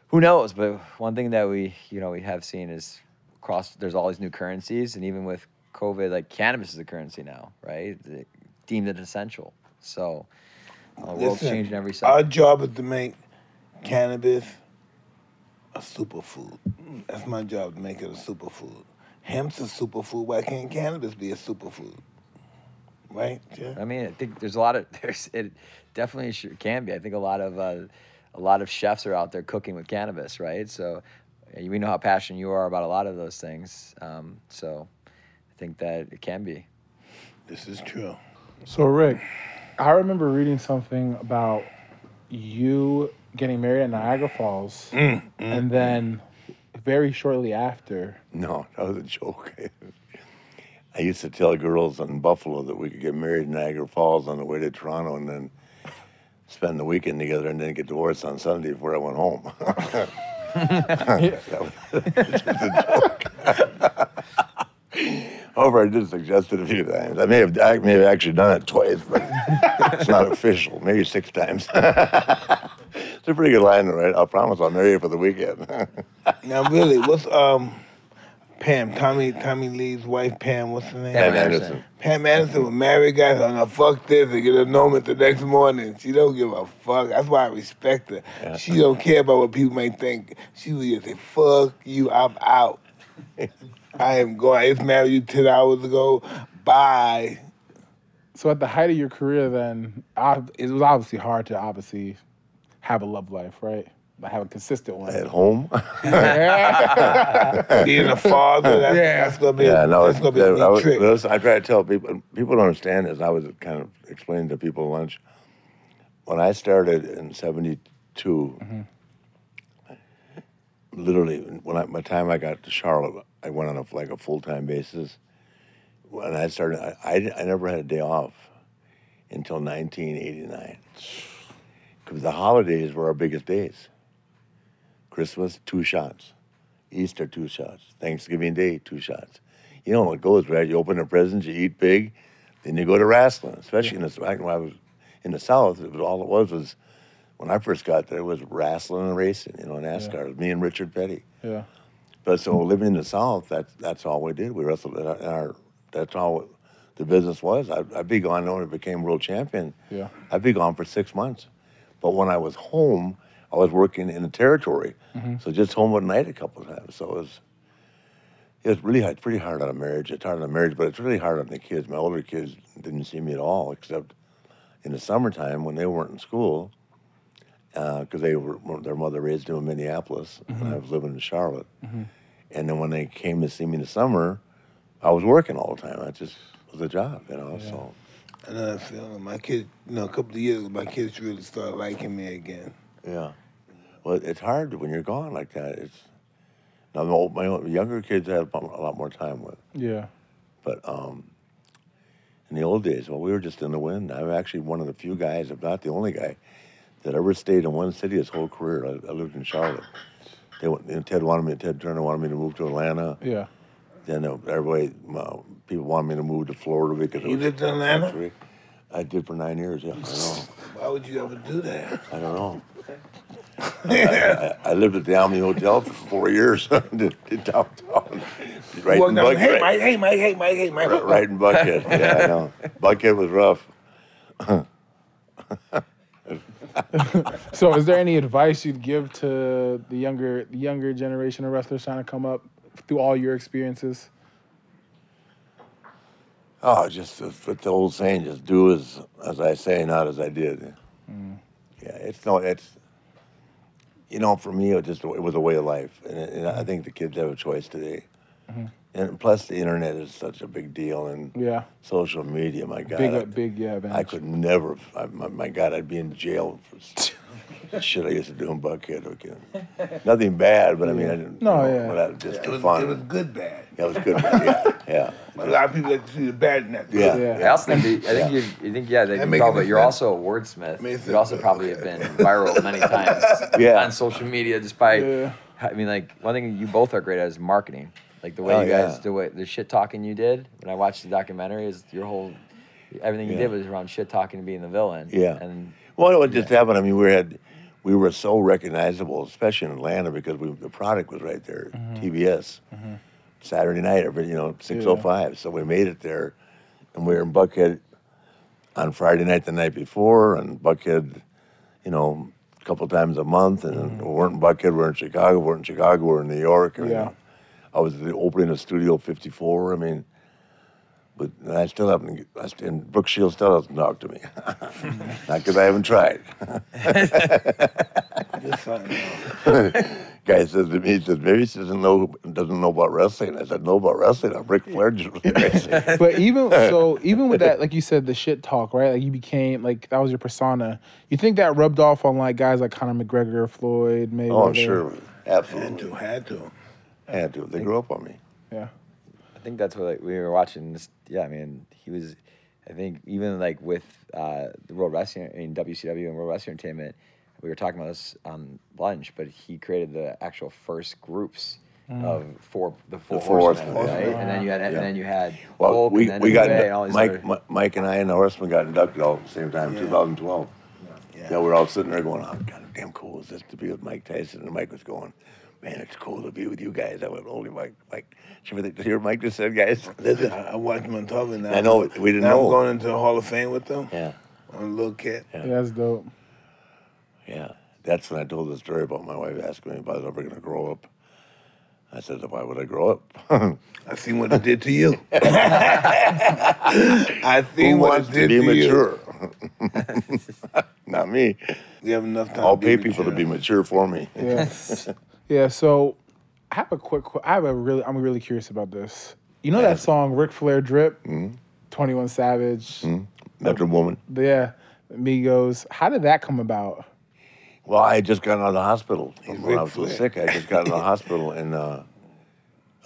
D: who knows. But one thing that we you know we have seen is across there's all these new currencies, and even with COVID, like cannabis is a currency now, right? The deemed it essential. So uh, the world's
A: Listen,
D: changing every
A: Our
D: second.
A: job is to make cannabis a superfood. That's my job to make it a superfood. Hemp's a superfood. Why can't cannabis be a superfood? Right? Yeah.
D: I mean, I think there's a lot of <laughs> there's it definitely sure can be. I think a lot of uh, a lot of chefs are out there cooking with cannabis, right? So uh, we know how passionate you are about a lot of those things. Um, so I think that it can be.
A: This is true.
B: So Rick, I remember reading something about you getting married at Niagara Falls, and then very shortly after,
C: No, <laughs> that was a joke. I used to tell girls in Buffalo that we could get married in Niagara Falls on the way to Toronto and then spend the weekend together and then get divorced on Sunday before I went home. <laughs> that was <laughs> just a joke. <laughs> However, I did suggest it a few times. I may have, I may have actually done it twice, but it's not official. Maybe six times. <laughs> it's a pretty good line, right? I promise I'll marry you for the weekend. <laughs>
A: Now, really, what's um Pam? Tommy Tommy Lee's wife, Pam. What's her name?
D: Pam
C: Pam Anderson.
A: Pam Anderson was married guys on a fuck this and get a moment the next morning. She don't give a fuck. That's why I respect her. She don't care about what people may think. She would just say, fuck you, I'm out. <laughs> I am going. I just married you 10 hours ago.
C: <laughs>
A: Bye.
B: so at the height of your career, then ob- it was obviously hard to obviously have a love life, right? Like have a consistent
C: At
B: one.
C: home.
A: Being a father, that's,
B: Yeah.
A: that's going to be,
C: Yeah, no,
A: that's
C: it's,
A: gonna be
C: that-
A: a
C: I,
A: neat
C: was,
A: trick.
C: those- I try to tell people. People don't understand this. I was kind of explaining to people at lunch when I started in '72.
A: Mm-hmm.
C: Literally, when I, my time I got to Charlotte, I went on a, like a full time basis. When I started, I, I, I never had a day off until
A: <sighs>
C: 1989 because the holidays were our biggest days. Christmas, two shots. Easter, two shots. Thanksgiving Day, two shots. You know how it goes, right? You open the presents, you eat big, then you go to wrestling. Especially in the back when I was in the South, it was all it was was when I first got there it was wrestling and racing. You know, NASCAR. It was Me and Richard Petty.
B: Yeah.
C: But so living in the South, that's that's all we did. We wrestled in our. In our that's all the business was. I, I'd be gone when I became world champion.
B: Yeah.
C: I'd be gone for six months. But when I was home, I was working in the territory. So just home at night a couple of times. So it was it was really hard, pretty hard on a marriage. It's hard on a marriage, but it's really hard on the kids. My older kids didn't see me at all, except in the summertime when they weren't in school, because they were their mother raised them in Minneapolis, and I was living in Charlotte. And then when they came to see me in the summer, I was working all the time. I just it was a job, you know. So
A: I know that feeling. My kids, you know, a couple of years ago, my kids really started liking me again.
C: yeah, well, it's hard when you're gone like that. It's now my, old, my old- younger kids I have a lot more time with,
B: Yeah.
C: but um, in the old days, well, we were just in the wind. I'm actually one of the few guys, if not the only guy, that ever stayed in one city his whole career. I, I lived in Charlotte. They, wa- and Ted wanted me. Ted Turner wanted me to move to Atlanta.
B: Yeah.
C: Then everybody, my, people wanted me to move to Florida because it
A: You
C: was
A: lived in Atlanta?
C: country. I did for nine years. Yeah, I know.
A: Why would you ever do that?
C: I don't know. I, I lived at the Almy Hotel for four years <laughs> in downtown. Right
A: Walk
C: in
A: down, hey,
C: Buckhead.
A: Mike, hey, Mike, hey, Mike, hey, Mike.
C: Right, right in Buckhead. Yeah, I know. Buckhead was rough.
B: So, is there any advice you'd give to the younger the younger generation of wrestlers trying to come up through all your experiences?
C: Oh, just uh, what the old saying: just do as as I say, not as I did. Yeah, it's no, it's you know, for me, it just it was a way of life, and, and I think the kids have a choice today. And plus, the internet is such a big deal, and
B: Yeah.
C: social media. My God,
B: Big, uh,
C: I-
B: big, yeah, man.
C: I could never. I, my, my God, I'd be in jail for
B: <laughs>
C: s- shit I used to do in Buckhead. Okay, nothing bad, but I mean, I didn't.
B: No,
C: you know,
B: yeah.
C: but I- just
A: It
C: for
A: was,
C: fun.
A: it was good bad.
C: that was good. yeah, yeah,
A: A lot of people like to see the bad in that.
B: <laughs>
C: yeah.
B: Yeah.
D: I also think that, I think you, you think yeah that you
A: makes
D: probably
A: me
D: you're
A: think.
D: also a wordsmith.
A: Makes
D: You'd
A: it-
D: also probably have been viral
C: <laughs>
D: many times
C: Yeah.
D: on social media just by
B: Yeah.
D: I mean like one thing you both are great at is marketing. Like the way
C: Oh,
D: you guys
C: yeah.
D: do it, the shit talking you did when I watched the documentary is your whole everything you
C: Yeah.
D: did was around shit talking and being the villain.
C: Yeah.
D: And
C: Well, what just happened? I mean, we had, we were so recognizable, especially in Atlanta, because we, the product was right there, TBS, Saturday night, every you know, six oh five. So we made it there, and we were in Buckhead. on Friday night the night before, and Buckhead, you know, a couple times a month. And we weren't in Buckhead, we we're in Chicago, we we're in Chicago, we we're in New York. I mean,
B: Yeah.
C: I was the opening of Studio 54. I mean, but I still haven't, I st- and Brooke Shields still hasn't talked to me. <laughs> Not because I haven't tried.
A: Just so you know.
C: Guy says to me, he says, maybe she doesn't know, doesn't know about wrestling. I said, know about wrestling. I'm Ric Flair. just <laughs>
D: <laughs>
C: wrestling."
B: but
C: <laughs>
B: even so, even with that, like you said, the shit talk, right? Like you became like that was your persona. You think that rubbed off on like guys like Conor McGregor, Floyd, Mayweather?
C: oh, I'm sure.
A: Had to,
C: Absolutely.
A: had to.
C: Had to. They grew up on me.
B: Yeah,
D: I think that's what like, we were watching. This, yeah, I mean, he was. I think even like with uh, the World Wrestling, I mean WCW and World Wrestling Entertainment, we were talking about this on lunch. But he created the actual first groups of four, the four,
C: four
D: horsemen,
C: horsemen,
D: right? And then you had, and
C: yeah.
D: then you had
C: Well,
D: Hulk,
C: we,
D: and then
C: we got
D: Uwe
C: indu-
D: and all these
C: Mike,
D: other-
C: Mi- Mike and I and the Horseman got inducted all at the same time,
A: Yeah.
C: 2012. Yeah.
A: Yeah.
C: we're all sitting there going, "How goddamn cool is this to be with Mike Tyson?" And Mike was going, "Man, it's cool to be with you guys." I went, "Holy Mike, Mike, did you really- did you hear what Mike just said, guys?"
A: Listen, I, I watched him on television. Now.
C: I know, we didn't
A: now
C: know.
A: I'm going into the Hall of Fame with them.
C: Yeah,
A: I'm a little kid.
B: yeah, that's dope.
C: yeah. That's when I told the story about my wife asking me if I was ever going to grow up. I said, "Why would I grow up?"
A: I seen what it did to you.
C: <laughs>
A: I
C: Who <laughs>
A: seen what
C: wants
A: it
C: to
A: did
C: be
A: to, you. <laughs>
C: mature? <laughs> Not me.
A: We have enough time.
C: I'll
A: to be
C: pay people to
A: mature.
C: be mature for me.
B: Yeah. yeah. So I have a quick. que- I have a really. I'm really curious about this. You know that song Ric Flair Drip, Twenty One Savage,
C: Another woman.
B: the yeah, Migos. How did that come about?
C: Well, I had just gotten out of the hospital from when
A: Ric
C: I was so
A: Flair.
C: sick. I just got out of the hospital, and uh,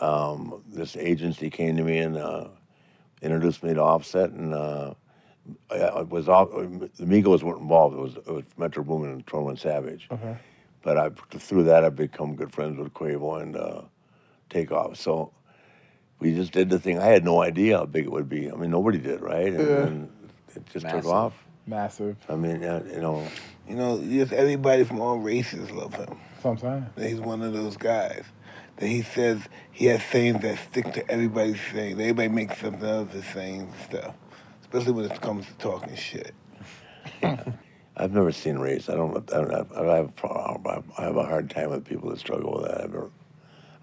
C: um, this agency came to me and uh, introduced me to Offset, and uh, I, I was off, the Migos weren't involved. It was, it was Metro Boomin and Twenty Savage.
B: Okay.
C: But I, through that, I've become good friends with Quavo and uh, Takeoff. So we just did the thing. I had no idea how big it would be. I mean, nobody did, right? And,
B: Yeah.
C: then it just
D: Massive.
C: took off.
B: Massive.
C: I mean, uh, you know.
A: You know, just everybody from all races love him.
B: That's what I'm saying.
A: He's one of those guys that he says he has sayings that stick to everybody's saying. Everybody makes something out of his sayings and stuff, especially when it comes to talking shit.
C: I've never seen race. I don't. I don't have, I have. a problem- I have a hard time with people that struggle with that. I never.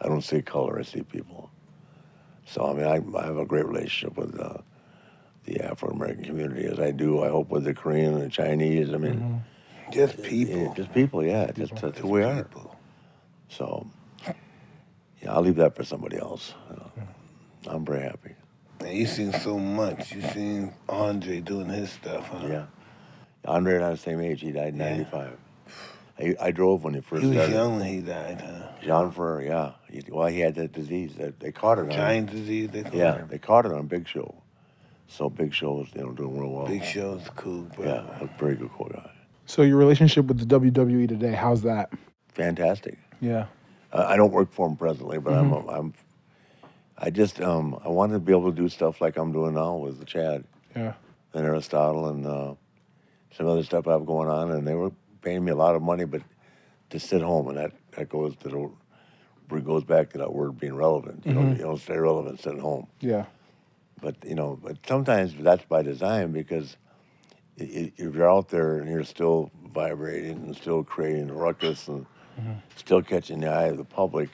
C: I don't see color. I see people. So I mean, I, I have a great relationship with uh, the Afro American community as I do. I hope with the Korean and the Chinese. I mean,
A: Just
C: yeah,
A: people.
C: just people. Yeah, just that's who
A: Just
C: we are.
A: people.
C: So yeah, I'll leave that for somebody else. you know. I'm very happy.
A: Man, you seen so much. You seen Andre doing his stuff, huh?
C: Yeah, Andre and I are the same age. He died in
A: Yeah.
C: '95. I, I drove when he first
A: He was
C: started.
A: young when he died, huh?
C: John Ferrer, yeah. He, well, he had that disease. That they caught it on.
A: Giant disease, they call
C: Yeah,
A: it.
C: they caught it on Big Show. So Big Show was you know doing real well.
A: Big Show's cool, bro.
C: Yeah, a very good cool guy.
B: So your relationship with the WWE today, how's that?
C: Fantastic.
B: Yeah.
C: I, I don't work for him presently, but I'm, I'm, I just um, I wanted to be able to do stuff like I'm doing now with the Chad
B: Yeah.
C: and Aristotle and uh, some other stuff I have going on, and they were paying me a lot of money, but to sit home, and that that goes to the it goes back to that word being relevant. You know, you don't stay relevant sitting home.
B: Yeah.
C: But you know, but sometimes that's by design because i- i- if you're out there and you're still vibrating and still creating a ruckus and
B: Mm-hmm.
C: still catching the eye of the public,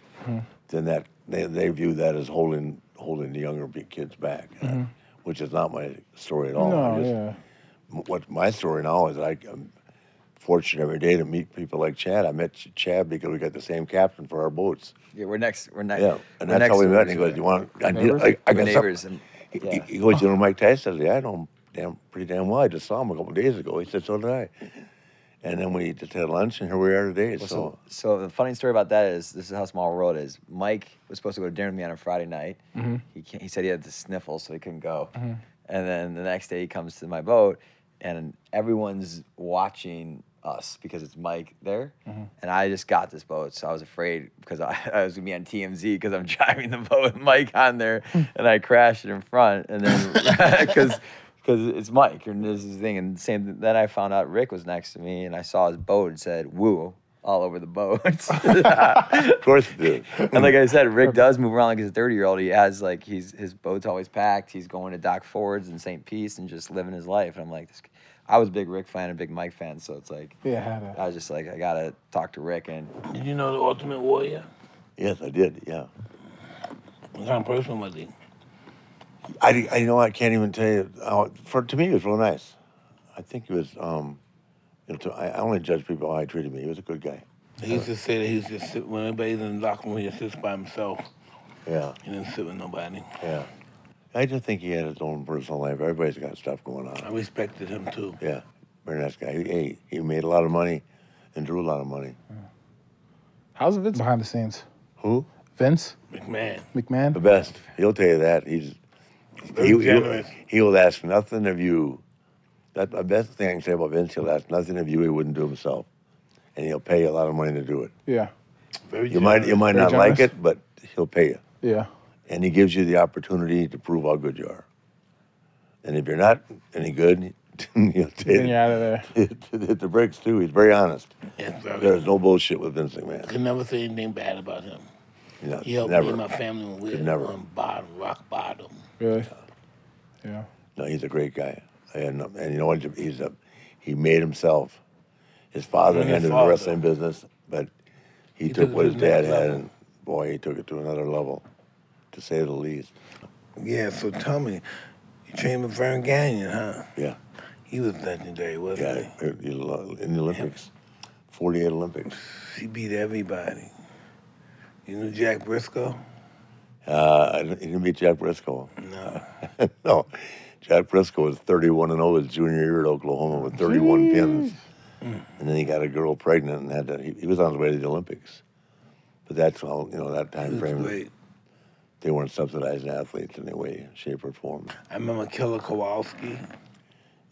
C: then that they, they view that as holding holding the younger pe- kids back, and that- which is not my story at all. I
B: Mm-hmm. no.
C: just-
B: yeah.
C: m- What my story now is, I, I'm fortunate every day to meet people like Chad. I met Ch- Chad because we got the same captain for our boats.
D: yeah, we're next. We're next.
C: Yeah, and that's how we met. And he goes, "You want? I, need,
B: Neighbors?
C: I, I
D: We're
C: got something."
D: neighbors." And,
C: He,
D: yeah.
C: he goes, you know, Mike Tyson. I said, yeah, I know him damn, pretty damn well. I just saw him a couple days ago. He said, so did I. And then we just had lunch, and here we are today.
D: Well,
C: so,
D: so, so the funny story about that is this is how small the world is. Mike was supposed to go to dinner with me on a Friday night. He can he said he had the sniffle, so he couldn't go. And then the next day he comes to my boat, and everyone's watching us because it's Mike there. And I just got this boat, so I was afraid because I, <laughs> I was gonna be on TMZ because I'm <laughs> driving the boat with Mike on there, and I crashed it in front, and then <laughs> because. because it's Mike, and this is the thing. And same. Then I found out Rick was next to me, and I saw his boat <laughs> and said "woo" all over the boats.
C: Of course you do.
D: And like I said, Rick does move around like he's a 30 year old. He has like he's his boat's always packed. He's going to Dock Fords and St. Pete's and just living his life. And I'm like, this, I was a big Rick fan and big Mike fan, so it's like
B: Yeah, had a-
D: I was just like, I gotta talk to Rick. And
A: Did you know the Ultimate Warrior?
C: <laughs> Yes, I did. Yeah.
A: What kind of person was he?
C: I, I you know I can't even tell you. How, for to me, he was real nice. I think he was. Um, you know, to, I, I only judge people how he treated me. He was a good guy.
A: He used to say that he used to sit when everybody's in the locker room, he sits by himself.
C: Yeah.
A: He didn't sit with nobody.
C: Yeah. I just think he had his own personal life. Everybody's got stuff going
A: I
C: on.
A: respected him too.
C: Yeah. Very nice guy. He, hey, he made a lot of money and drew a lot of money.
B: How's Vince behind the scenes?
C: Who?
B: Vince
A: McMahon.
C: The
B: McMahon.
C: best. He'll tell you that. He's
A: Very
C: he, he'll,
A: generous.
C: he'll ask nothing of you. That's the best thing I can say about Vince. He'll ask nothing of you he wouldn't do himself, and he'll pay you a lot of money to do it.
B: Yeah,
A: Very
C: You might you
A: generous.
C: might
B: Very
C: not like
B: generous.
C: it, but he'll pay you,
B: yeah.
C: and he gives you the opportunity to prove how good you are. And if you're not any good, <laughs> he'll
B: Then
C: take <laughs>
B: you're out of there.
C: hit the brakes too. He's very honest.
A: Yes, sir.
C: There's no bullshit with Vince McMahon.
A: Could never say anything bad about him.
C: No,
A: He helped me and my
C: never.
A: family when we were
C: never.
A: on bottom, rock bottom.
B: Really? Yeah.
C: No, he's a great guy, and um, and you know what? He's a he made himself. His father
A: His
C: handed
A: father.
C: the wrestling business, but he,
A: took
C: took
A: it
C: what
A: to
C: his
A: the next
C: dad had,
A: level.
C: and boy, he took it to another level, to say the least.
A: Yeah, so tell me, you trained with Vern Gagnon, huh?
C: Yeah,
A: He was legendary, wasn't
C: yeah. he- he lo- In the Olympics, forty-eight Olympics.
A: he? He beat everybody. You knew Jack Briscoe?
C: Uh, I didn't- he didn't beat Jack Briscoe.
A: No.
C: <laughs> no, Jack Briscoe was 31 and 0 his junior year at Oklahoma with 31 pins. And then he got a girl pregnant and had to, he, he was on his way to the Olympics. But that's all, you know, that
A: He
C: time
A: was
C: frame,
A: great.
C: they weren't subsidizing athletes in any way, shape, or form.
A: I remember Killer Kowalski.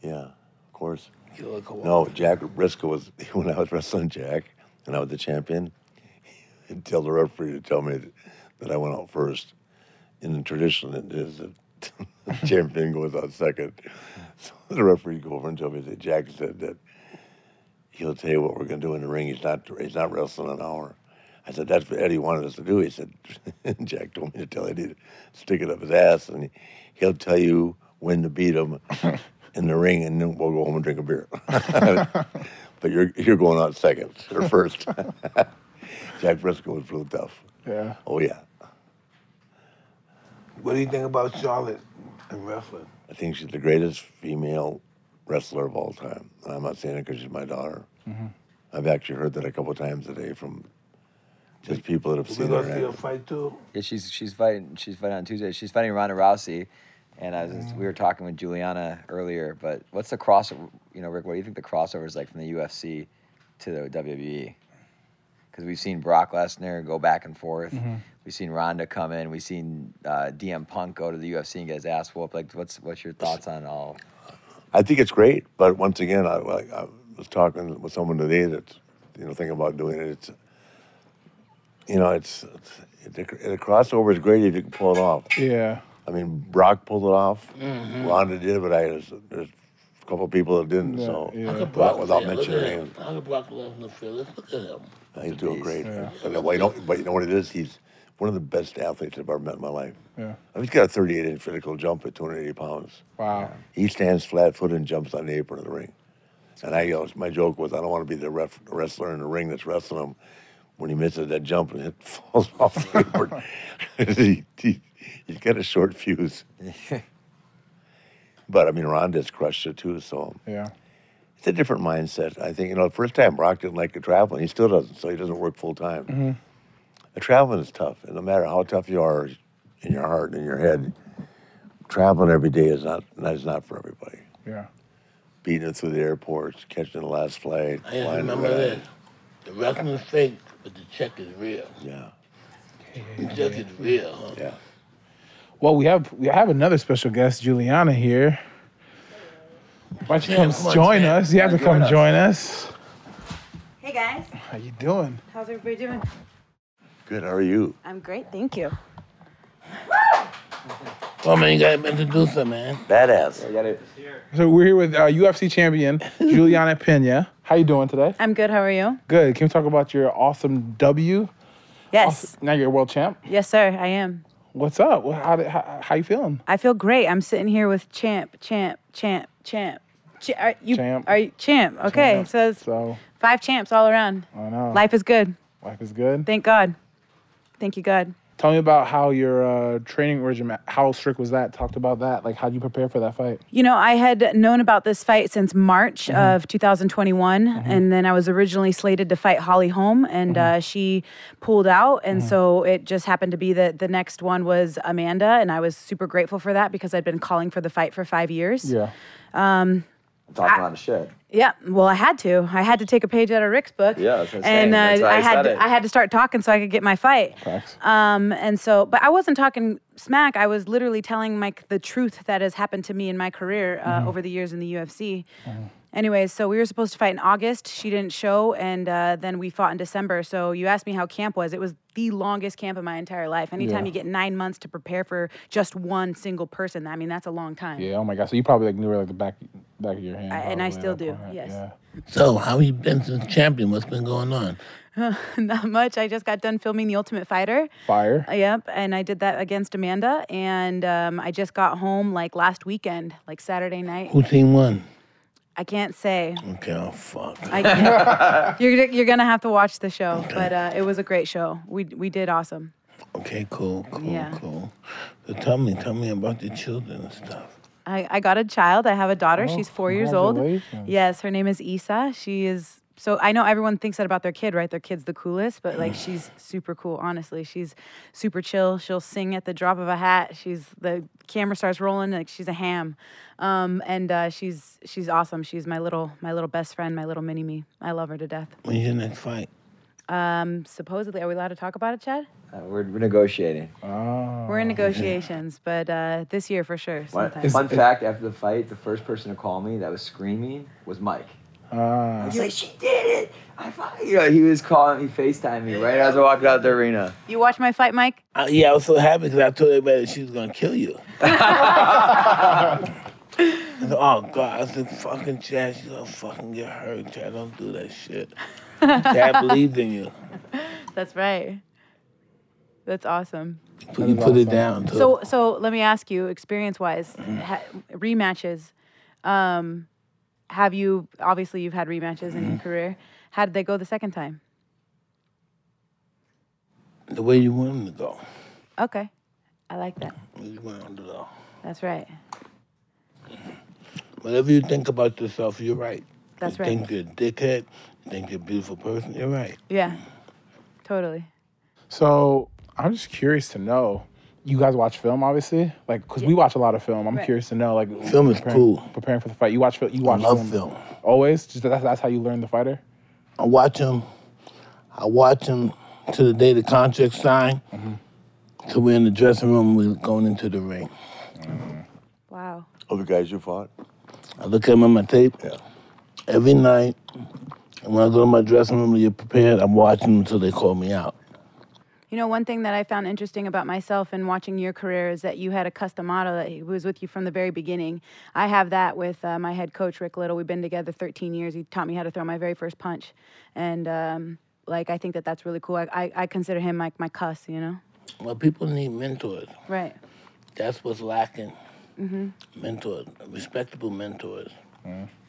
C: Yeah, of course.
A: Killer Kowalski.
C: No, Jack Briscoe was, <laughs> when I was wrestling Jack and I was the champion, <laughs> he'd tell the referee to tell me that, that I went out first. In the tradition, it is that <laughs> the champion goes out second. So the referee go over and tell me that Jack said that he'll tell you what we're going to do in the ring. He's not, he's not wrestling an hour. I said, that's what Eddie wanted us to do. He said, <laughs> Jack told me to tell Eddie to stick it up his ass, and he'll tell you when to beat him in the ring, and then we'll go home and drink a beer. <laughs> but you're, you're going out second or first. <laughs> Jack Briscoe was real tough.
B: Yeah.
C: Oh, yeah.
A: What do you think about Charlotte and wrestling?
C: I think she's the greatest female wrestler of all time. And I'm not saying it because she's my daughter.
B: Mm-hmm.
C: I've actually heard that a couple times today from just people that have
A: We're
C: seen
A: gonna see
C: her.
A: her fight too.
D: yeah, she's she's fighting she's fighting on Tuesday. She's fighting Ronda Rousey. And I was just- we were talking with Juliana earlier, but what's the crossover? You know, Rick, what do you think the crossover is like from the UFC to the WWE? Because we've seen Brock Lesnar go back and forth. We've seen Ronda come in. We've seen uh, DM Punk go to the UFC and get his ass whooped. Like, what's what's your thoughts on all?
C: I think it's great, but once again, I, I, I was talking with someone today that's you know thinking about doing it. It's you know, it's, it's the, the crossover is great if you can pull it off.
B: Yeah.
C: I mean, Brock pulled it off.
A: Mm-hmm.
C: Ronda did, but I there's, there's a couple people that didn't.
B: Yeah,
C: so
B: yeah. How could
C: without, without
A: Yeah,
C: mentioning
A: look at
C: names.
A: him. How did Brock Lesnar feel? Let's look at him.
C: He's doing
D: beast.
C: great.
B: Yeah.
C: But, well, you know, but you know what it is? He's one of the best athletes I've ever met in my life.
B: Yeah.
C: I mean, he's got a 38 inch vertical jump at 280 pounds.
B: Wow.
C: He stands flat footed and jumps on the apron of the ring. And I, you know, my joke was, I don't want to be the ref, wrestler in the ring that's wrestling him when he misses that jump and it <laughs> falls off the apron. <laughs> he, he, he's got a short fuse. but I mean, Ronda's crushed it too, so
B: Yeah.
C: it's a different mindset. I think you know, the first time Brock didn't like to travel, and he still doesn't, so he doesn't work full time. The Traveling is tough, and no matter how tough you are in your heart and in your head, traveling every day is not that is not for everybody.
B: Yeah.
C: Beating it through the airports, catching the last flight,
A: I just
C: flying
A: remember
C: around.
A: this. The wrestling is fake, but the check is real.
C: Yeah,
A: The check is real, huh?
C: yeah.
B: Well, Oh, we have we have another special guest, Juliana here. Why
E: <laughs>
B: don't you come
A: come on,
B: join
A: Sam.
B: us? You have to come join us.
E: Hey guys,
B: How you doing?
E: how's everybody doing?
C: Good. How are you?
E: I'm great, thank you.
A: Well, man, you got to introduce her, man.
D: I
F: Badass.
D: got it.
B: So we're here with uh, UFC <laughs> champion Juliana Pena. How you doing today?
E: I'm good. How are you?
B: Good. Can we talk about your awesome W?
E: Yes.
B: Now you're a world champ.
E: Yes, sir. I am.
B: What's up? Well, How, did, how, how you feeling?
E: I feel great. I'm sitting here with champ, champ, champ, champ. Ch- are you,
B: Champ.
E: Are you champ? Okay.
B: Champ.
E: So it's
B: So
E: five champs all around.
B: I know life,
E: Life is good.
B: is good.
E: Thank God. Thank you, God.
B: Tell me about how your uh, training regimen. How strict was that? Talked about that. Like how did you prepare for that fight?
E: You know, I had known about this fight since March of 2021, and then I was originally slated to fight Holly Holm, and uh, she pulled out, and so it just happened to be that the next one was Amanda, and I was super grateful for that because I'd been calling for the fight for five years.
B: Yeah.
D: Talking a lot of shit.
E: Yeah, well, I had to. I had to take a page out of Rick's book.
D: Yeah, that's what I'm saying.
E: and uh,
D: That's why I
E: I had
D: said it.
E: to, I had to start talking so I could get my fight.
B: Facts.
E: Um, and so, but I wasn't talking smack. I was literally telling Mike the truth that has happened to me in my career uh,
D: Mm-hmm.
E: over the years in the UFC. Anyways, so we were supposed to fight in August. She didn't show, and uh, then we fought in December. So you asked me how camp was. It was the longest camp of my entire life.
B: Yeah.
E: Anytime you get nine months to prepare for just one single person, I mean that's a long time.
B: Yeah. Oh my God. So you probably like knew her like the back back of your hand.
E: I- and
B: probably
E: I
B: at
E: still
B: that
E: do,
B: point.
E: yes.
B: Yeah.
A: So, how you been since champion? What's been going on?
E: <laughs> Not much. I just got done filming The Ultimate Fighter.
B: Fire.
E: Uh, Yep, and I did that against Amanda, and um, I just got home like last weekend, like Saturday night.
A: Who team won?
E: I can't say.
A: Okay, oh fuck. <laughs>
E: I can't. you're you're gonna have to watch the show, but uh, it was a great show. We we did awesome.
A: Okay, cool, cool,
E: Yeah.
A: cool. So tell me, tell me about the children and stuff.
E: I, I got a child. I have a daughter.
B: Oh,
E: She's four years old.
B: congratulations.
E: Yes, her name is Isa. She is so I know everyone thinks that about their kid, right? Their kid's the coolest, but like she's super cool, honestly. She's super chill. She'll sing at the drop of a hat. She's the camera starts rolling, like she's a ham. Um, and uh, she's she's awesome. She's my little my little best friend, my little mini me. I love her to death.
A: When's your next fight?
E: Um, supposedly, are we allowed to talk about it, Chad?
D: Uh, we're, we're negotiating.
B: Oh.
E: We're in negotiations, but uh, this year for sure.
D: One,
E: Sometime.
D: fun fact: after the fight, the first person to call me that was screaming was Mike.
B: Ah.
D: He's like, "She did it! I fi-" You know, he was calling me, Facetime me right as I walked out the arena.
E: You watch my fight, Mike?
A: Uh, yeah, I was so happy because I told everybody she was gonna kill you. I said, oh God! I said, "Fucking Chad, she's gonna fucking get hurt. Chad, don't do that shit." Chad believed in you.
E: That's right. That's awesome.
A: Put, you
B: is
A: put it
B: awesome.
A: down. Too.
E: So, so let me ask you, experience-wise, ha- rematches. Um, have you obviously you've had rematches in your career? How did they go the second time?
A: the way you want him to go,
E: Okay, I like that.
A: you want him to go.
E: That's right.
A: Whatever you think about yourself, you're right.
E: That's
A: you
E: right.
A: Think you're a dickhead. You think you're a beautiful person. You're right.
E: Yeah, totally.
B: So I'm just curious to know. You guys watch film, obviously, like because we watch a lot of film. I'm
E: Right.
B: curious to know, like
A: Film is
B: preparing,
A: cool.
B: Preparing for the fight, you watch fil- you
A: I
B: watch
A: love film.
B: always. Just that's, that's how you learn the fighter.
A: I watch him. I watch him to the day the contract signed. So we're in the dressing room. We're going into the ring.
E: Wow.
C: Other guys you fought?
A: I look at him on my tape every night. And when I go to my dressing room to get prepared, I'm watching them until they call me out.
E: You know, one thing that I found interesting about myself in watching your career is that you had a custom model that was with you from the very beginning. I have that with uh, my head coach, Rick Little. We've been together 13 years. He taught me how to throw my very first punch. And, um, like, I think that that's really cool. I, I, I consider him like my cuss, you know?
A: Well, people need mentors.
E: Right.
A: That's what's lacking. Mentors, respectable mentors.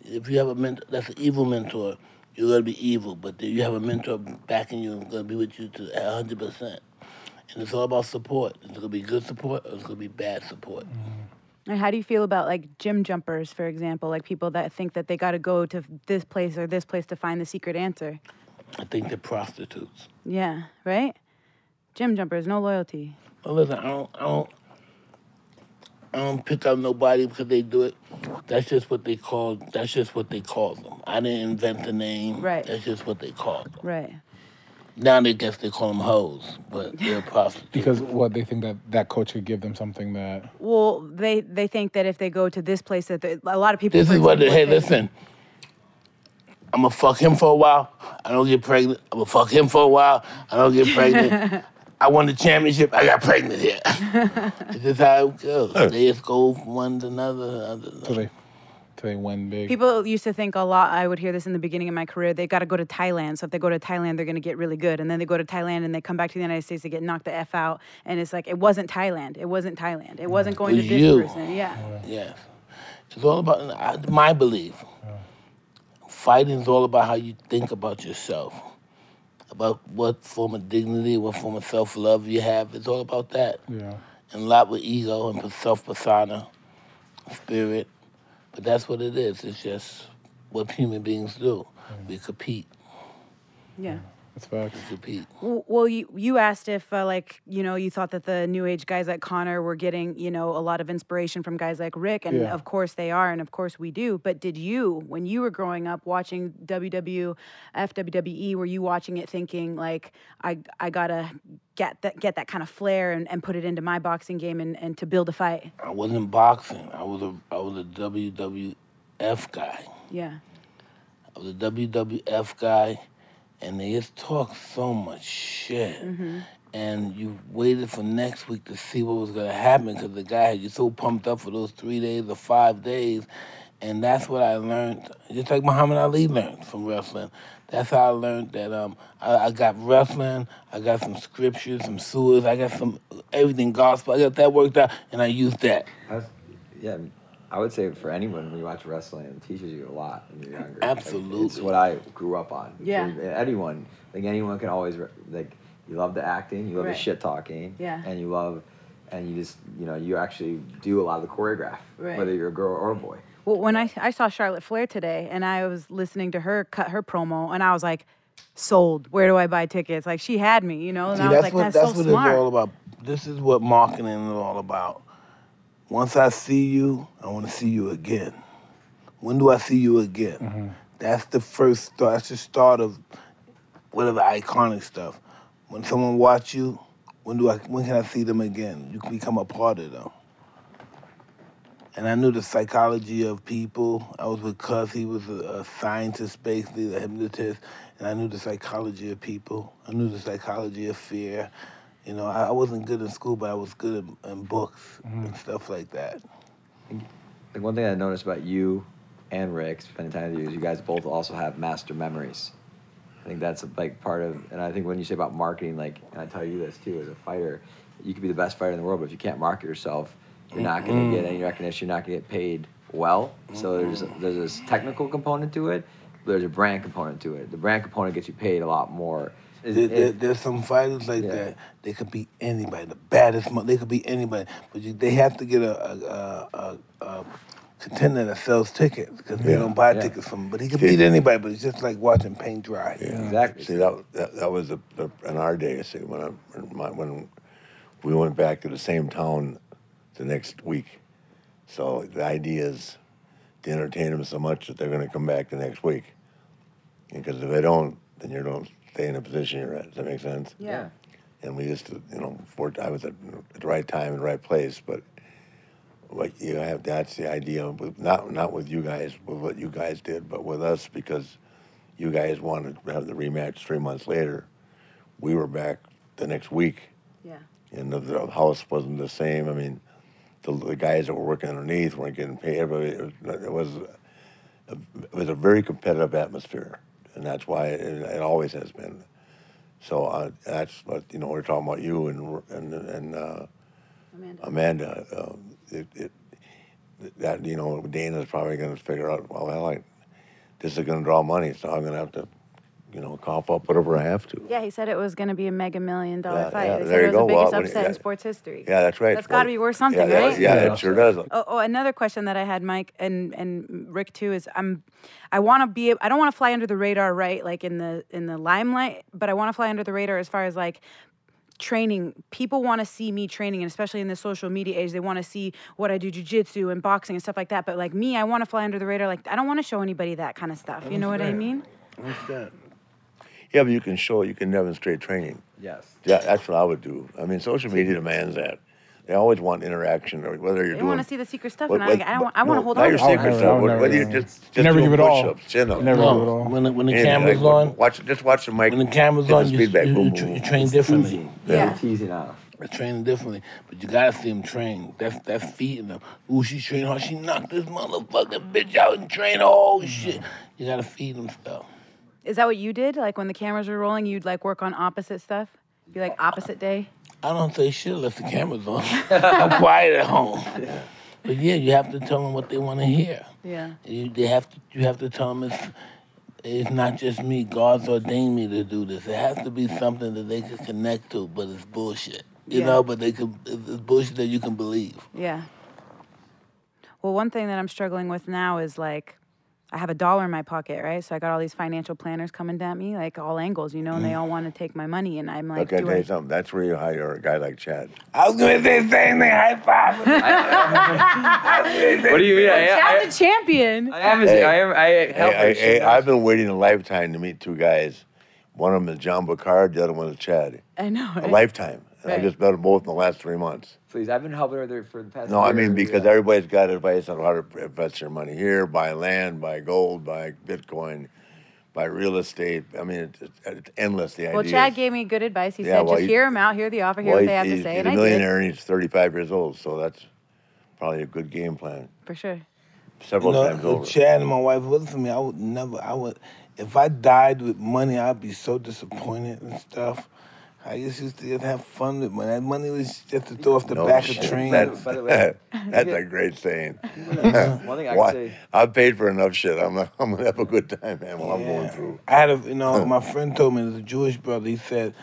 A: If you have a mentor, that's an evil mentor, you're gonna be evil. But then you have a mentor backing you and gonna be with you to a hundred percent. And it's all about support. It's gonna be good support or it's gonna be bad support.
E: And how do you feel about like gym jumpers, for example, like people that think that they got to go to this place or this place to find the secret answer?
A: I think they're prostitutes.
E: Yeah, right? Gym jumpers, no loyalty.
A: Well, listen, I don't, I don't, I don't pick up nobody because they do it. That's just what they call. That's just what they call them. I didn't invent the name.
E: Right.
A: That's just what they call them.
E: Right.
A: Now they guess they call them hoes, but they're prostitutes.
B: Because what they think that that coach could give them something that
E: Well, they, they think that if they go to this place, that they, a lot of people.
A: this
E: for
A: is what. They,
E: example,
A: hey,
E: if they-
A: listen. I'm gonna fuck him for a while. I don't get pregnant. I'm gonna fuck him for a while. I don't get pregnant. I won the championship. I got pregnant <laughs> here. This is how it goes. They just go from one to another. another,
B: Till
A: another.
B: they, till they win big.
E: People used to think a lot. I would hear this in the beginning of my career. They got to go to Thailand. So if they go to Thailand, they're going to get really good. And then they go to Thailand and they come back to the United States, they get knocked the f out. And it's like it wasn't Thailand. It wasn't Thailand. It wasn't going to
A: was
E: this
A: you.
E: person. Yeah.
A: Yes. It's all about I- my belief. Fighting is all about how you think about yourself, about what form of dignity, what form of self love you have. It's all about that.
B: yeah.
A: And a lot with ego and self persona, spirit. But that's what it is. It's just what human beings do. We compete,
E: Yeah.
B: That's facts.
A: compete.
E: W- Well, you you asked if uh, like you know you thought that the new age guys like Connor were getting you know a lot of inspiration from guys like Rick, and
B: Yeah.
E: of course they are, and of course we do. But did you, when you were growing up watching WWF, WWE, E, were you watching it thinking like I I gotta get that get that kind of flair and, and put it into my boxing game and, and to build a fight?
A: I wasn't boxing. I was a I was a WWF guy.
E: Yeah,
A: I was a WWF guy, and they just talk so much shit. And you waited for next week to see what was gonna happen because the guy had you so pumped up for those three days or five days. And that's what I learned, just like Muhammad Ali learned from wrestling. That's how I learned that um, I, I got wrestling, I got some scriptures, some sewers, I got some everything gospel. I got that worked out, and I used that.
D: That's- yeah, I mean, I would say for anyone, when you watch wrestling, it teaches you a lot when you're younger. Like, it's
A: Absolutely.
D: what I grew up on.
E: Yeah.
D: So anyone, like anyone, can always re- like you love the acting, you love
E: Right.
D: the shit talking,
E: Yeah.
D: and you love, and you just you know you actually do a lot of the choreograph,
E: Right.
D: whether you're a girl or a boy.
E: Well, when I, I saw Charlotte Flair today and I was listening to her cut her promo and I was like, sold. Where do I buy tickets? Like she had me, you know. And
A: See,
E: I was
A: that's
E: like,
A: what
E: that's,
A: that's
E: so
A: what
E: smart.
A: it's all about. This is what marketing is all about. Once I see you, I want to see you again. When do I see you again? That's the first start. That's the start of whatever iconic stuff. When someone watch you, when do I? When can I see them again? You can become a part of them. And I knew the psychology of people. I was with Cuz, he was a, a scientist basically, a hypnotist, and I knew the psychology of people. I knew the psychology of fear. You know, I, I wasn't good in school, but I was good in, in books
D: Mm-hmm.
A: and stuff like that.
D: Like one thing I noticed about you and Rick spending time with you is you guys both also have master memories. I think that's a big part of, and I think when you say about marketing, like, and I tell you this too, as a fighter, you could be the best fighter in the world, but if you can't market yourself, you're not going to get any recognition. You're not going to get paid well. So there's there's this technical component to it. But there's a brand component to it. The brand component gets you paid a lot more. Is
A: There,
D: it-
A: there, there's some fighters like
D: Yeah.
A: that. They could be anybody, the baddest. mo- They could be anybody, but you, they have to get a a, a, a, a contender that sells tickets because they
C: Yeah.
A: don't buy
D: Yeah.
A: tickets from. 'em. But he could
C: See-
A: beat anybody. But it's just like watching paint dry.
C: Yeah.
D: Exactly.
C: See, that, that, that was the, the, in our day. See, when, I, when, my, when we went back to the same town the next week. So the idea is to entertain them so much that they're going to come back the next week. Because if they don't, then you don't stay in the position you're at. Does that make sense?
E: yeah.
C: and we just you know for, I was at, at the right time and right place but what you have that's the idea with, not not with you guys with what you guys did but with us because you guys wanted to have the rematch three months later we were back the next week
E: Yeah.
C: and the, the house wasn't the same I mean the, the guys that were working underneath weren't getting paid everybody it was, it was a, it was a very competitive atmosphere and that's why it, it always has been so uh, that's what you know. We're talking about you and and and uh,
E: Amanda.
C: Amanda. Uh, it, it, that you know Dana's probably going to figure out. Well, hell, I, this is going to draw money, so I'm going to have to, you know, cough up whatever I have to.
E: Yeah, he said it was going to be a mega million dollar
C: Yeah,
E: fight.
C: yeah,
E: they said
C: there you
E: it was
C: go.
E: the biggest
C: Well,
E: upset in
C: yeah.
E: sports history.
C: Yeah, that's right.
E: That's got to be worth something,
C: yeah,
E: right?
C: that- Yeah,
D: Yeah.
C: it sure does.
E: Oh, oh, another question that I had, Mike and and Rick too, is I'm, I want to be, I don't want to fly under the radar, right? Like in the in the limelight, but I want to fly under the radar as far as like training. People want to see me training, and especially in the social media age, they want to see what I do, jujitsu and boxing and stuff like that. But like me, I want to fly under the radar. Like I don't want to show anybody that kind of stuff. You know what I mean?
A: What's that?
C: Yeah, but you can show you can demonstrate training.
D: Yes.
C: Yeah, that's what I would do. I mean, social media demands that. They always want interaction, or whether you're
E: They
C: doing.
E: want to see the secret stuff,
C: what-
E: and
C: what-
E: I, I, want, I want
C: no,
E: to hold
C: not
E: on.
C: your
E: to that.
C: secret
B: I would
C: stuff. What-
B: never-
C: What do you just just
B: never
C: doing
B: give it all.
C: push-ups, chin-ups,
B: Never
C: anything
B: give it all.
A: No, when the, when the
C: like
A: camera's
C: what-
A: on,
C: Watch just watch the mic.
A: when the camera's
C: hit
A: on,
C: the
A: you,
C: speed back,
A: you,
C: boom,
A: you,
C: boom,
A: tra- you
C: boom.
A: train differently.
E: Yeah.
D: Teasing out.
A: You're training differently, but you gotta see them train. That's that's feeding them. Ooh, she trained hard. She knocked this motherfucking bitch out and trained her whole shit. You gotta feed uh, them stuff.
E: Is that what you did? Like when the cameras were rolling, you'd like work on opposite stuff? Be like opposite day?
A: I don't say shit unless the camera's on. I'm quiet at home. But yeah, you have to tell them what they want to hear.
E: Yeah.
A: You, they have to. You have to tell them it's, it's not just me. God's ordained me to do this. It has to be something that they can connect to. But it's bullshit. You
E: Yeah.
A: know. But they can. It's it's bullshit that you can believe.
E: Yeah. Well, one thing that I'm struggling with now is like, I have a dollar in my pocket, right? So I got all these financial planners coming at me, like all angles, you know, and they all want to take my money. And I'm like,
C: Mm. Okay,
E: do
C: tell you
E: I,
C: something. That's where you hire a guy like Chad.
A: I was gonna say the same thing. High five.
D: What do you mean? I, I,
E: Chad the champion.
D: I haven't seen. I, haven't- I,
C: Hey,
D: help her,
C: I,
D: she
C: hey,
D: knows.
C: I've been waiting a lifetime to meet two guys. One of them is John Bacard, the other one is Chad.
E: I know.
C: A
E: right?
C: lifetime. And
E: Right.
C: I just met them both in the last three months.
D: Please, I've been helping her there for the past.
C: No, I
D: year.
C: mean because
D: Yeah.
C: everybody's got advice on how to invest their money here: buy land, buy gold, buy Bitcoin, buy real estate. I mean, it's, it's- it's endless the
E: Well,
C: ideas.
E: Chad gave me good advice. He
C: Yeah,
E: said,
C: well,
E: just
C: he-
E: hear him out, hear the offer, hear
C: Well,
E: what they have
C: he's,
E: to say.
C: he's
E: And
C: a
E: I did,
C: millionaire, and he's 35 years old, so that's probably a good game plan.
E: for sure.
C: Several
A: No, uh,
C: times over.
A: Chad and my wife looked at me. I would never. I would. If I died with money, I'd be so disappointed and stuff. I just used to just have fun with money. That money was just to throw off the
C: No
A: back
C: shit.
A: of trains.
C: That's,
D: By the way-
C: <laughs> that's a great saying.
D: One thing I can
C: Why?
D: say.
C: I've paid for enough shit. I'm, not, I'm gonna have a good time, man. While I'm going
A: Yeah.
C: through.
A: I had a, you know, my friend told me, there's a Jewish brother, he said,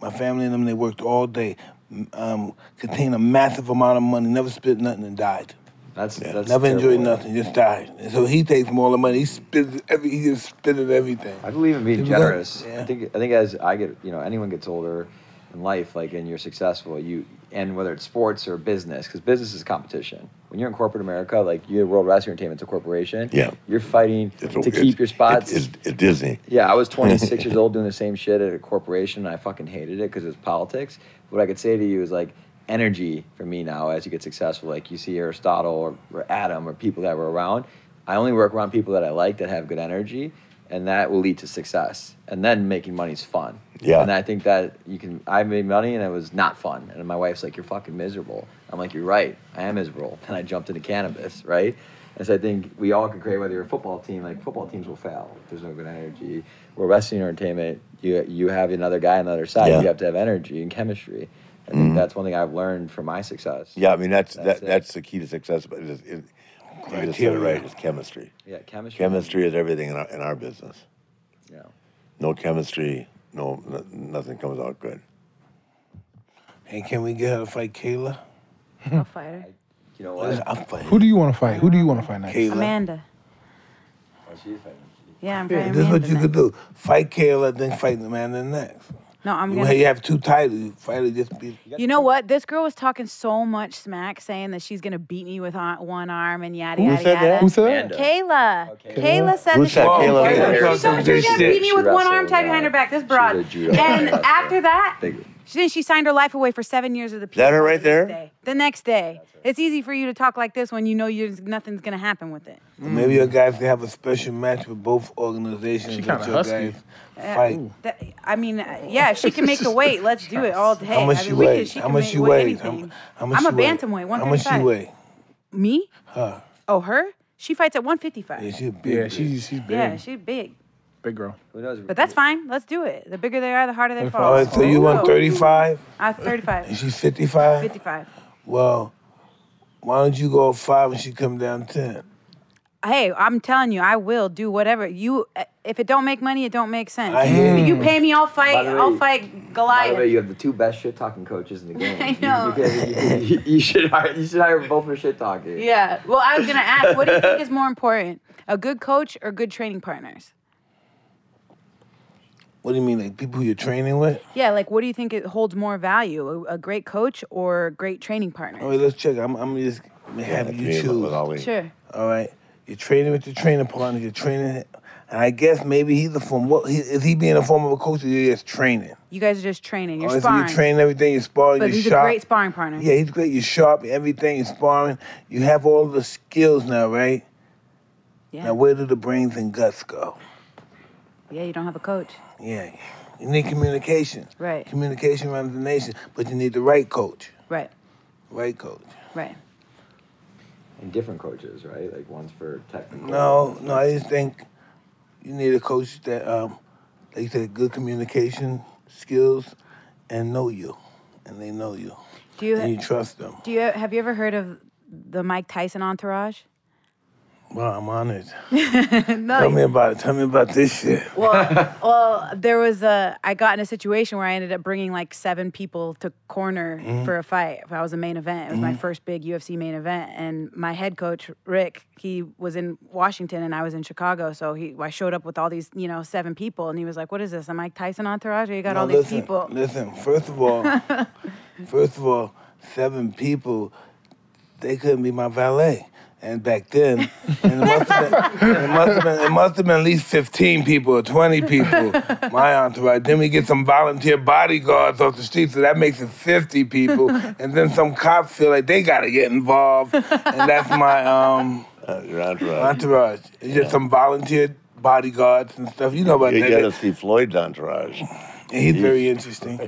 A: my family and them, they worked all day, m- um, contained a massive amount of money, never spent nothing and died.
D: That's, that's
A: never enjoyed
D: terrible.
A: nothing, just died. And so he takes more of the money, he spends every, he just spends everything.
D: I believe in being
A: People don't-
D: generous. I
A: yeah.
D: think I think as I get you know anyone gets older in life, like and you're successful, you and whether it's sports or business, because business is competition. When you're in corporate America, like you're World Wrestling Entertainment's a corporation.
C: Yeah.
D: you're fighting
C: It's-
D: to
C: it's-
D: keep your spots.
C: It's, it's Disney.
D: Yeah, I was 26 years old doing the same shit at a corporation, and I fucking hated it because it was politics. What I could say to you is like energy for me now as you get successful. Like you see Aristotle or, or Adam or people that were around. I only work around people that I like that have good energy, and that will lead to success. And then making money is fun.
C: Yeah.
D: And I think that you can. I made money and it was not fun. And my wife's like, "You're fucking miserable." I'm like, "You're right. I am miserable." <laughs> And I jumped into cannabis, right? And so I think we all can create whether you're a football team, like football teams will fail if there's no good energy. Where wrestling or entertainment, you you have another guy on the other side.
C: Yeah. Mm-hmm.
D: You have to have energy and chemistry. I think that's one thing I've learned from my success.
C: Yeah, I mean that's
D: That's
C: that's
D: it.
C: that, that's the key to success. But it is, it, you just said it
A: Criteria.
C: right. It's chemistry.
D: Yeah, chemistry.
C: Chemistry is everything in our, in our business.
D: Yeah.
C: No chemistry, no, no nothing comes out good.
A: And can we get her to fight Kayla?
E: I'll fight
C: <laughs>
E: her.
D: You know what?
A: I'll fight
B: Who do you want to fight? Who do you want to fight next?
A: Kayla.
E: Amanda.
D: Oh, she's fighting.
E: Yeah, I'm
A: Yeah,
E: fighting
A: this is what
E: Amanda
A: you
E: next.
A: could do. Fight Kayla, then fight the man the next.
E: No, I'm
A: You,
E: gonna.
A: you have two titles. You fight her just be.
E: You know what? This girl was talking so much smack, saying that she's gonna beat me with on- one arm and yada
C: Who
E: yada
C: said that?
E: yada.
B: Who said
D: Amanda.
B: that?
E: Kayla.
D: Okay.
E: Kayla said
C: Who
E: that she
C: said
E: was
C: Kayla
E: gonna-
C: did that?
E: She was gonna
A: She
E: beat me with one arm
D: wrestled,
E: tied
D: yeah.
E: behind her back. This
D: She's
E: broad.
D: a judo
E: And
D: wrestler.
E: after that,
D: Big-
E: she then she signed her life away for seven years of the. Is
C: that her right there?
E: The next day. It's easy for you to talk like this when you know you're, nothing's gonna happen with it.
A: Maybe your guys can have a special match with both organizations.
B: She
A: Let
B: kinda
A: your
B: husky.
A: guys Fight.
E: That, I mean, uh, yeah, if she can
A: <laughs>
E: make the weight, let's do it all day.
A: How much
E: I mean,
A: she
E: we could-
A: weighs?
E: she
A: How
E: can
A: much
E: make
A: she
E: weight
A: weighs? How,
E: anything.
A: mu- how much
E: I'm a
A: she weighs?
E: bantamweight,
A: How much she
E: 135.
A: weigh?
E: Me?
A: Huh?
E: Oh, her? She fights at 155.
A: Yeah,
E: Yeah,
A: she a big.
B: Yeah,
A: bitch.
B: she's she's big.
E: she's big.
B: big girl.
D: Who knows?
E: But that's fine. Let's do it. The bigger they are, the harder they fall.
A: All right, so you want 35
E: I'm 35.
A: and she's 55?
E: 55.
A: Well, why don't you go 5 and she come down 10?
E: Hey, I'm telling you, I will do whatever. You, uh, if it don't make money, it don't make sense.
A: I hear
E: If you pay me, I'll fight.
D: By the way-
E: I'll fight
D: By the way,
E: Goliath.
D: you have the two best shit talking coaches in the game.
E: <laughs> I
D: You-
E: know.
D: You, can- you- you should hire. You should hire both for shit talking.
E: Yeah. Well, I was gonna ask, what do
D: <laughs>
E: you think is more important, a good coach or good training partners?
A: What do you mean, like people you're training with?
E: Yeah, like what do you think it holds more value, a, a great coach or great training partner?
A: All right, let's check. I'm, I'm just gonna
C: Yeah,
A: have
C: that's
A: you
C: me
A: choose.
C: with Ali.
E: Sure.
A: All right. You're training with your training partner. You're training And I guess maybe he's a form. What he, is he being a form of a coach? Or you're just training.
E: You guys are just training. You're
A: Or is he-
E: sparring.
A: Oh, you train everything. You're sparring.
E: but
A: you're
E: he's
A: sharp.
E: a great sparring partner.
A: Yeah, he's great. You're sharp. Everything. You're sparring. You have all the skills now, right?
E: Yeah.
A: Now, where do the brains and guts go?
E: Yeah, you don't have a coach.
A: Yeah, you need communication.
E: Right.
A: Communication runs the nation, but you need the right coach.
E: Right.
A: Right coach.
E: Right.
D: And different coaches, right? Like one's for technical.
A: No, no, I just think you need a coach that, um, like you said, good communication skills, and know you, and they know you,
E: Do you,
A: and you trust them.
E: do you have you ever heard of the Mike Tyson entourage?
A: Wow, I'm
E: <laughs>
A: honored.
E: no.
A: Tell me about it. Tell me about this shit.
E: well, well, there was a. I got in a situation where I ended up bringing like seven people to corner
A: Mm-hmm.
E: for a fight. I was a main event. It was my first big UFC main event, and my head coach Rick, he was in Washington and I was in Chicago, so he I showed up with all these, you know, seven people, and he was like, "What is this? A Mike Tyson entourage? Or you got
A: Now,
E: all these
A: listen,
E: people?"
A: Listen, first of
E: <laughs>
A: all, first of all, seven people, they couldn't be my valet. And back then, and it must have been, it must have been, it must have been at least 15 people or 20 people, my entourage. Then we get some volunteer bodyguards off the street, so that makes it 50 people. And then some cops feel like they gotta get involved, and that's my um,
C: Uh, your entourage.
A: entourage. It's just some volunteer bodyguards and stuff. You know about
C: You
A: that.
C: gotta see Floyd's entourage. <laughs>
A: He's very interesting.
C: yeah.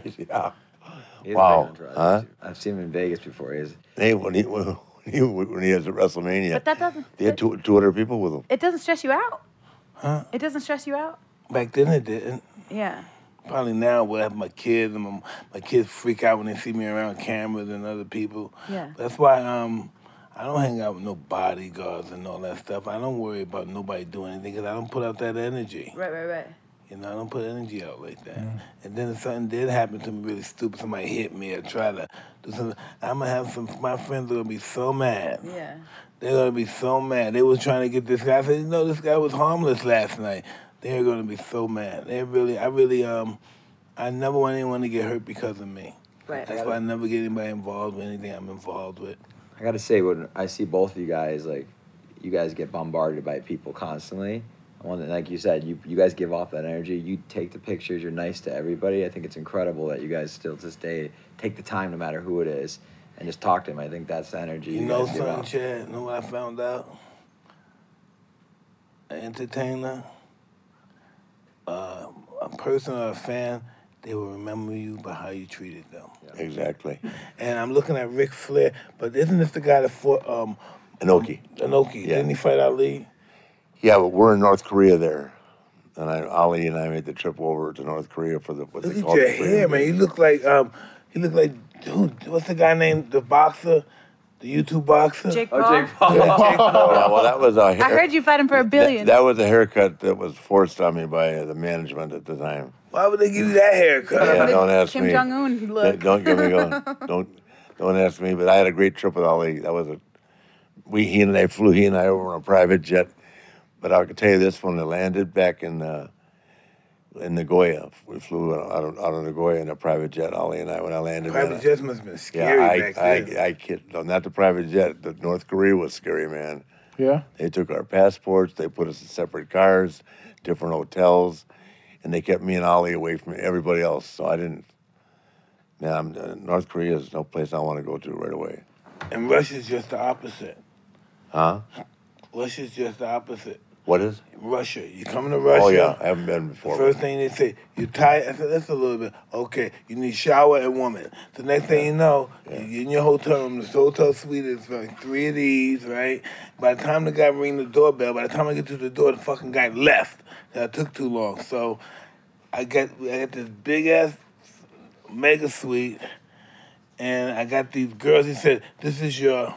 D: He is a
C: Wow.
D: great entourage.
C: Huh?
D: I've seen him in Vegas before. He's
C: Hey, when he when he, when he has a WrestleMania,
E: But that doesn't.
C: they had two, 200 people with him.
E: it doesn't stress you out. Huh? It doesn't stress you out.
A: Back then it didn't.
E: Yeah.
A: Probably now I would have my kids, and my, my kids freak out when they see me around cameras and other people.
E: Yeah.
A: That's why um, I don't hang out with no bodyguards and all that stuff. I don't worry about nobody doing anything because I don't put out that energy.
E: Right. Right. Right.
A: You know, I don't put energy out like that. And then if something did happen to me really stupid, somebody hit me or try to do something, I'm going to have some, my friends are going to be so mad.
E: Yeah.
A: They're gonna be so mad. They was trying to get this guy. I said, you know, this guy was harmless last night. They're gonna be so mad. They really, I really, um, I never want anyone to get hurt because of me.
E: Right.
A: That's why I never get anybody involved with anything I'm involved with.
D: I gotta say, when I see both of you guys, like, you guys get bombarded by people constantly. I want, like you said, you you guys give off that energy. You take the pictures. You're nice to everybody. I think it's incredible that you guys still to this day take the time, no matter who it is, and just talk to him. I think that's the energy you,
A: You know
D: guys give
A: something,
D: off.
A: Chad? You know what I found out? An entertainer, uh, a person or a fan, they will remember you by how you treated them.
C: Exactly.
A: And I'm looking at Ric Flair, but isn't this the guy that fought um,
C: Anoki.
A: Anoki?
C: Yeah.
A: Didn't he fight Ali?
C: Yeah, but we're in North Korea there, and I, Ali and I made the trip over to North Korea for the what
A: Look
C: they
A: at
C: call
A: your
C: the Korean
A: hair, man. You look like um, he look like who? What's the guy named the boxer, the YouTube boxer? <laughs>
E: Jake Paul.
D: Oh, Jake Paul.
C: Yeah, well, that was a hair,
E: I heard you fight him for a billion.
C: That, that was a haircut that was forced on me by the management at the time.
A: Why would they give you that haircut?
C: Yeah,
E: The
C: don't ask
E: Kim
C: me.
E: Jong Un look.
C: Don't get me
E: <laughs>
C: going. Don't don't ask me. But I had a great trip with Ali. That was a we he and I flew he and I over on a private jet. But I can tell you this: when I landed back in uh, in Nagoya, we flew out of, out of Nagoya in a private jet. Ali and I when I landed. uh, man,
A: Private
C: I-
A: jets must have been scary
C: Yeah,
A: back
C: I, I,
A: then.
C: I, kid. No, not the private jet. The North Korea was scary, man.
F: Yeah.
C: They took our passports. They put us in separate cars, different hotels, and they kept me and Ollie away from everybody else. So I didn't. Man, I'm, uh, North Korea is no place I want to go to right away.
A: and Russia's just the opposite.
C: Huh?
A: Russia's just the opposite.
C: What is?
A: Russia, you come to Russia.
C: Oh yeah, I haven't been
A: The
C: before.
A: first thing they say, you tired. I said, that's a little bit. Okay, you need shower and woman. The next thing you know, you're in your hotel room. This hotel suite is like three of these, right? By the time the guy ring the doorbell, by the time I get to the door, the fucking guy left. That took too long. So I got I got this big ass mega suite, and I got these girls. He said, this is your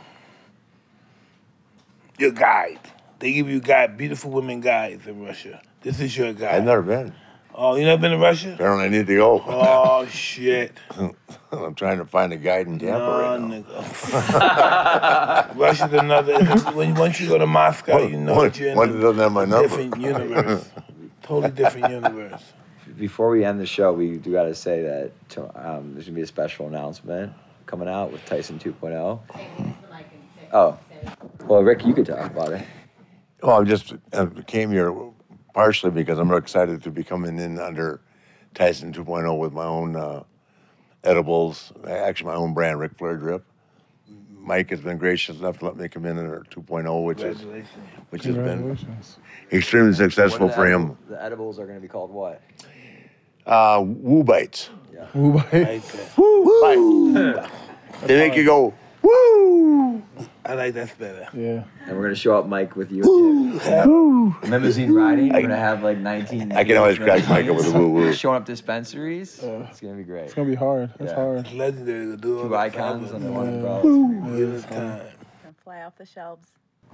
A: your guide. They give you guide, beautiful women guides in Russia. This is your guide.
C: I've never been.
A: Oh, you never been to Russia?
C: Apparently, I need to go.
A: <laughs> Oh shit!
C: <laughs> I'm trying to find a guide in Tampa
A: No,
C: right now.
A: nigga.
B: <laughs>
A: Russia's another. When once you go to Moscow, you know
C: one,
A: that you're in
C: one that
A: a
C: doesn't have my number.
A: different
C: <laughs>
A: universe, totally different universe.
D: Before we end the show, we do gotta say that to, um, there's gonna be a special announcement coming out with Tyson 2.0. Oh, well, Rick, you could talk about it.
C: Well, I just uh, came here partially because I'm excited to be coming in under Tyson 2.0 with my own uh, edibles, actually my own brand, Ric Flair Drip. Mike has been gracious enough to let me come in under 2.0, which is
A: Congratulations.
C: which has been
B: Congratulations.
C: extremely successful
D: the
C: for
D: edible-
C: him.
D: The edibles are going to be called what?
C: Uh, woo bites.
B: Woo
A: Like
B: bites.
A: that.
C: Bite. they make you go woo.
A: I like that's better.
B: Yeah.
D: And we're going to show up, Mike, with you. Limousine riding. We're going to have like 19.
C: I can always crack Mike up with a woo woo.
D: Showing up dispensaries. It's going to be great.
B: Uh, It's gonna be hard. That's
D: Yeah.
B: hard.
A: Legendary to do all
D: Two
A: the
D: icons on
A: problems.
D: the one product.
A: Give it time.
E: Gonna fly off the shelves.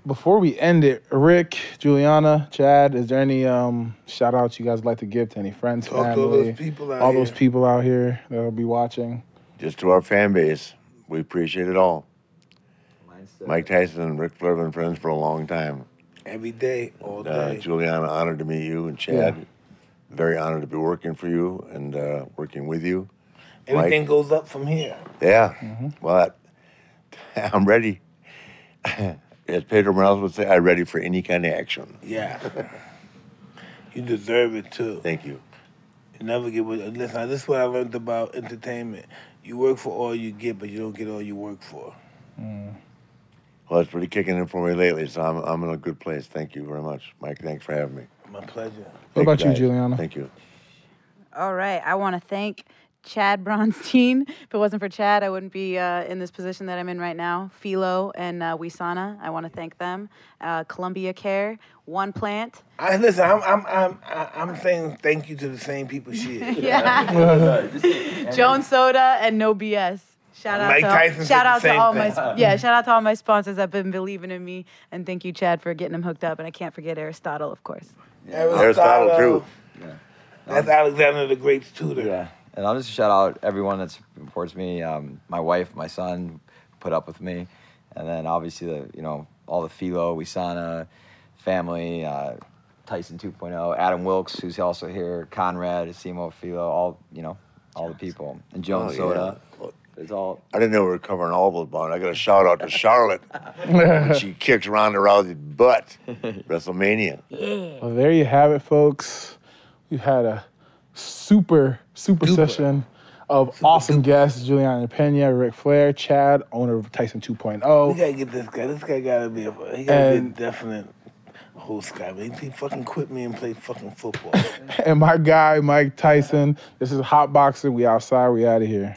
B: Before we end it, Rick, Juliana, Chad, is there any um shout outs you guys would like to give to any friends,
A: Talk to all
B: family,
A: those people out
B: all
A: here.
B: those people out here that'll be watching?
C: Just to our fan base, we appreciate it all.
D: Mine's still-
C: Mike Tyson and Rick Flair have been friends for a long time.
A: Every day, all
C: Uh,
A: day.
C: Juliana, honored to meet you and Chad. Very honored to be working for you and uh, working with you.
A: Everything goes up from here.
C: Yeah.
B: Mm-hmm.
C: Well, I, <laughs> I'm ready. As Pedro Morales would say, I'm ready for any kind of action. <laughs>
A: Yeah. you deserve it too.
C: Thank you.
A: You never get what. Listen, this is what I learned about entertainment. You work for all you get, but you don't get all you work for.
C: Well, it's pretty kicking in for me lately, so I'm, I'm in a good place. Thank you very much, Mike. Thanks for having me.
A: My pleasure.
B: What
C: Thank
B: about you,
C: guys.
B: Juliana?
C: Thank you.
E: All right. I want to thank Chad <laughs> Bronstein. If it wasn't for Chad, I wouldn't be uh, in this position that I'm in right now. Philo and uh, Wisana, I want to thank them. Uh, Columbia Care, One Plant.
A: I listen. I'm I'm I'm I- I'm saying thank you to the same people.
E: <laughs>
A: Shit.
E: Yeah. Jones Soda and No BS. Shout out
A: Mike
E: to
A: Tyson said
E: shout
A: the
E: out to
A: same
E: all my
A: thing.
E: sp- yeah shout out to all my sponsors that've been believing in me and thank you Chad for getting them hooked up and I can't forget Aristotle of course.
C: Aristotle, too.
A: That's Alexander the Great's tutor.
D: Yeah. And I'll just shout out everyone that supports me. Um, my wife, my son put up with me. And then obviously the, you know, all the Philo, Wisana family, uh, Tyson 2.0, Adam Wilkes, who's also here, Conrad, Simo, Philo, all, you know, all the people. And Jones
C: Oh,
D: Soda.
C: yeah. Well,
D: It's all,
C: I didn't know we were covering all those bonds. I got a shout out
B: <laughs>
C: to Charlotte. when she kicked Ronda Rousey's butt. WrestleMania.
B: Well, there you have it, folks. We had a super, super session of awesome guests Juliana Pena, Ric Flair, Chad, owner of Tyson oh, 2.0.
A: We gotta get this guy. This guy gotta be a. He gotta
B: And-
A: be a definite host guy. Man, he fucking quit me and play fucking football.
B: and my guy Mike Tyson. This is Hot Boxer. We outside. We out of here.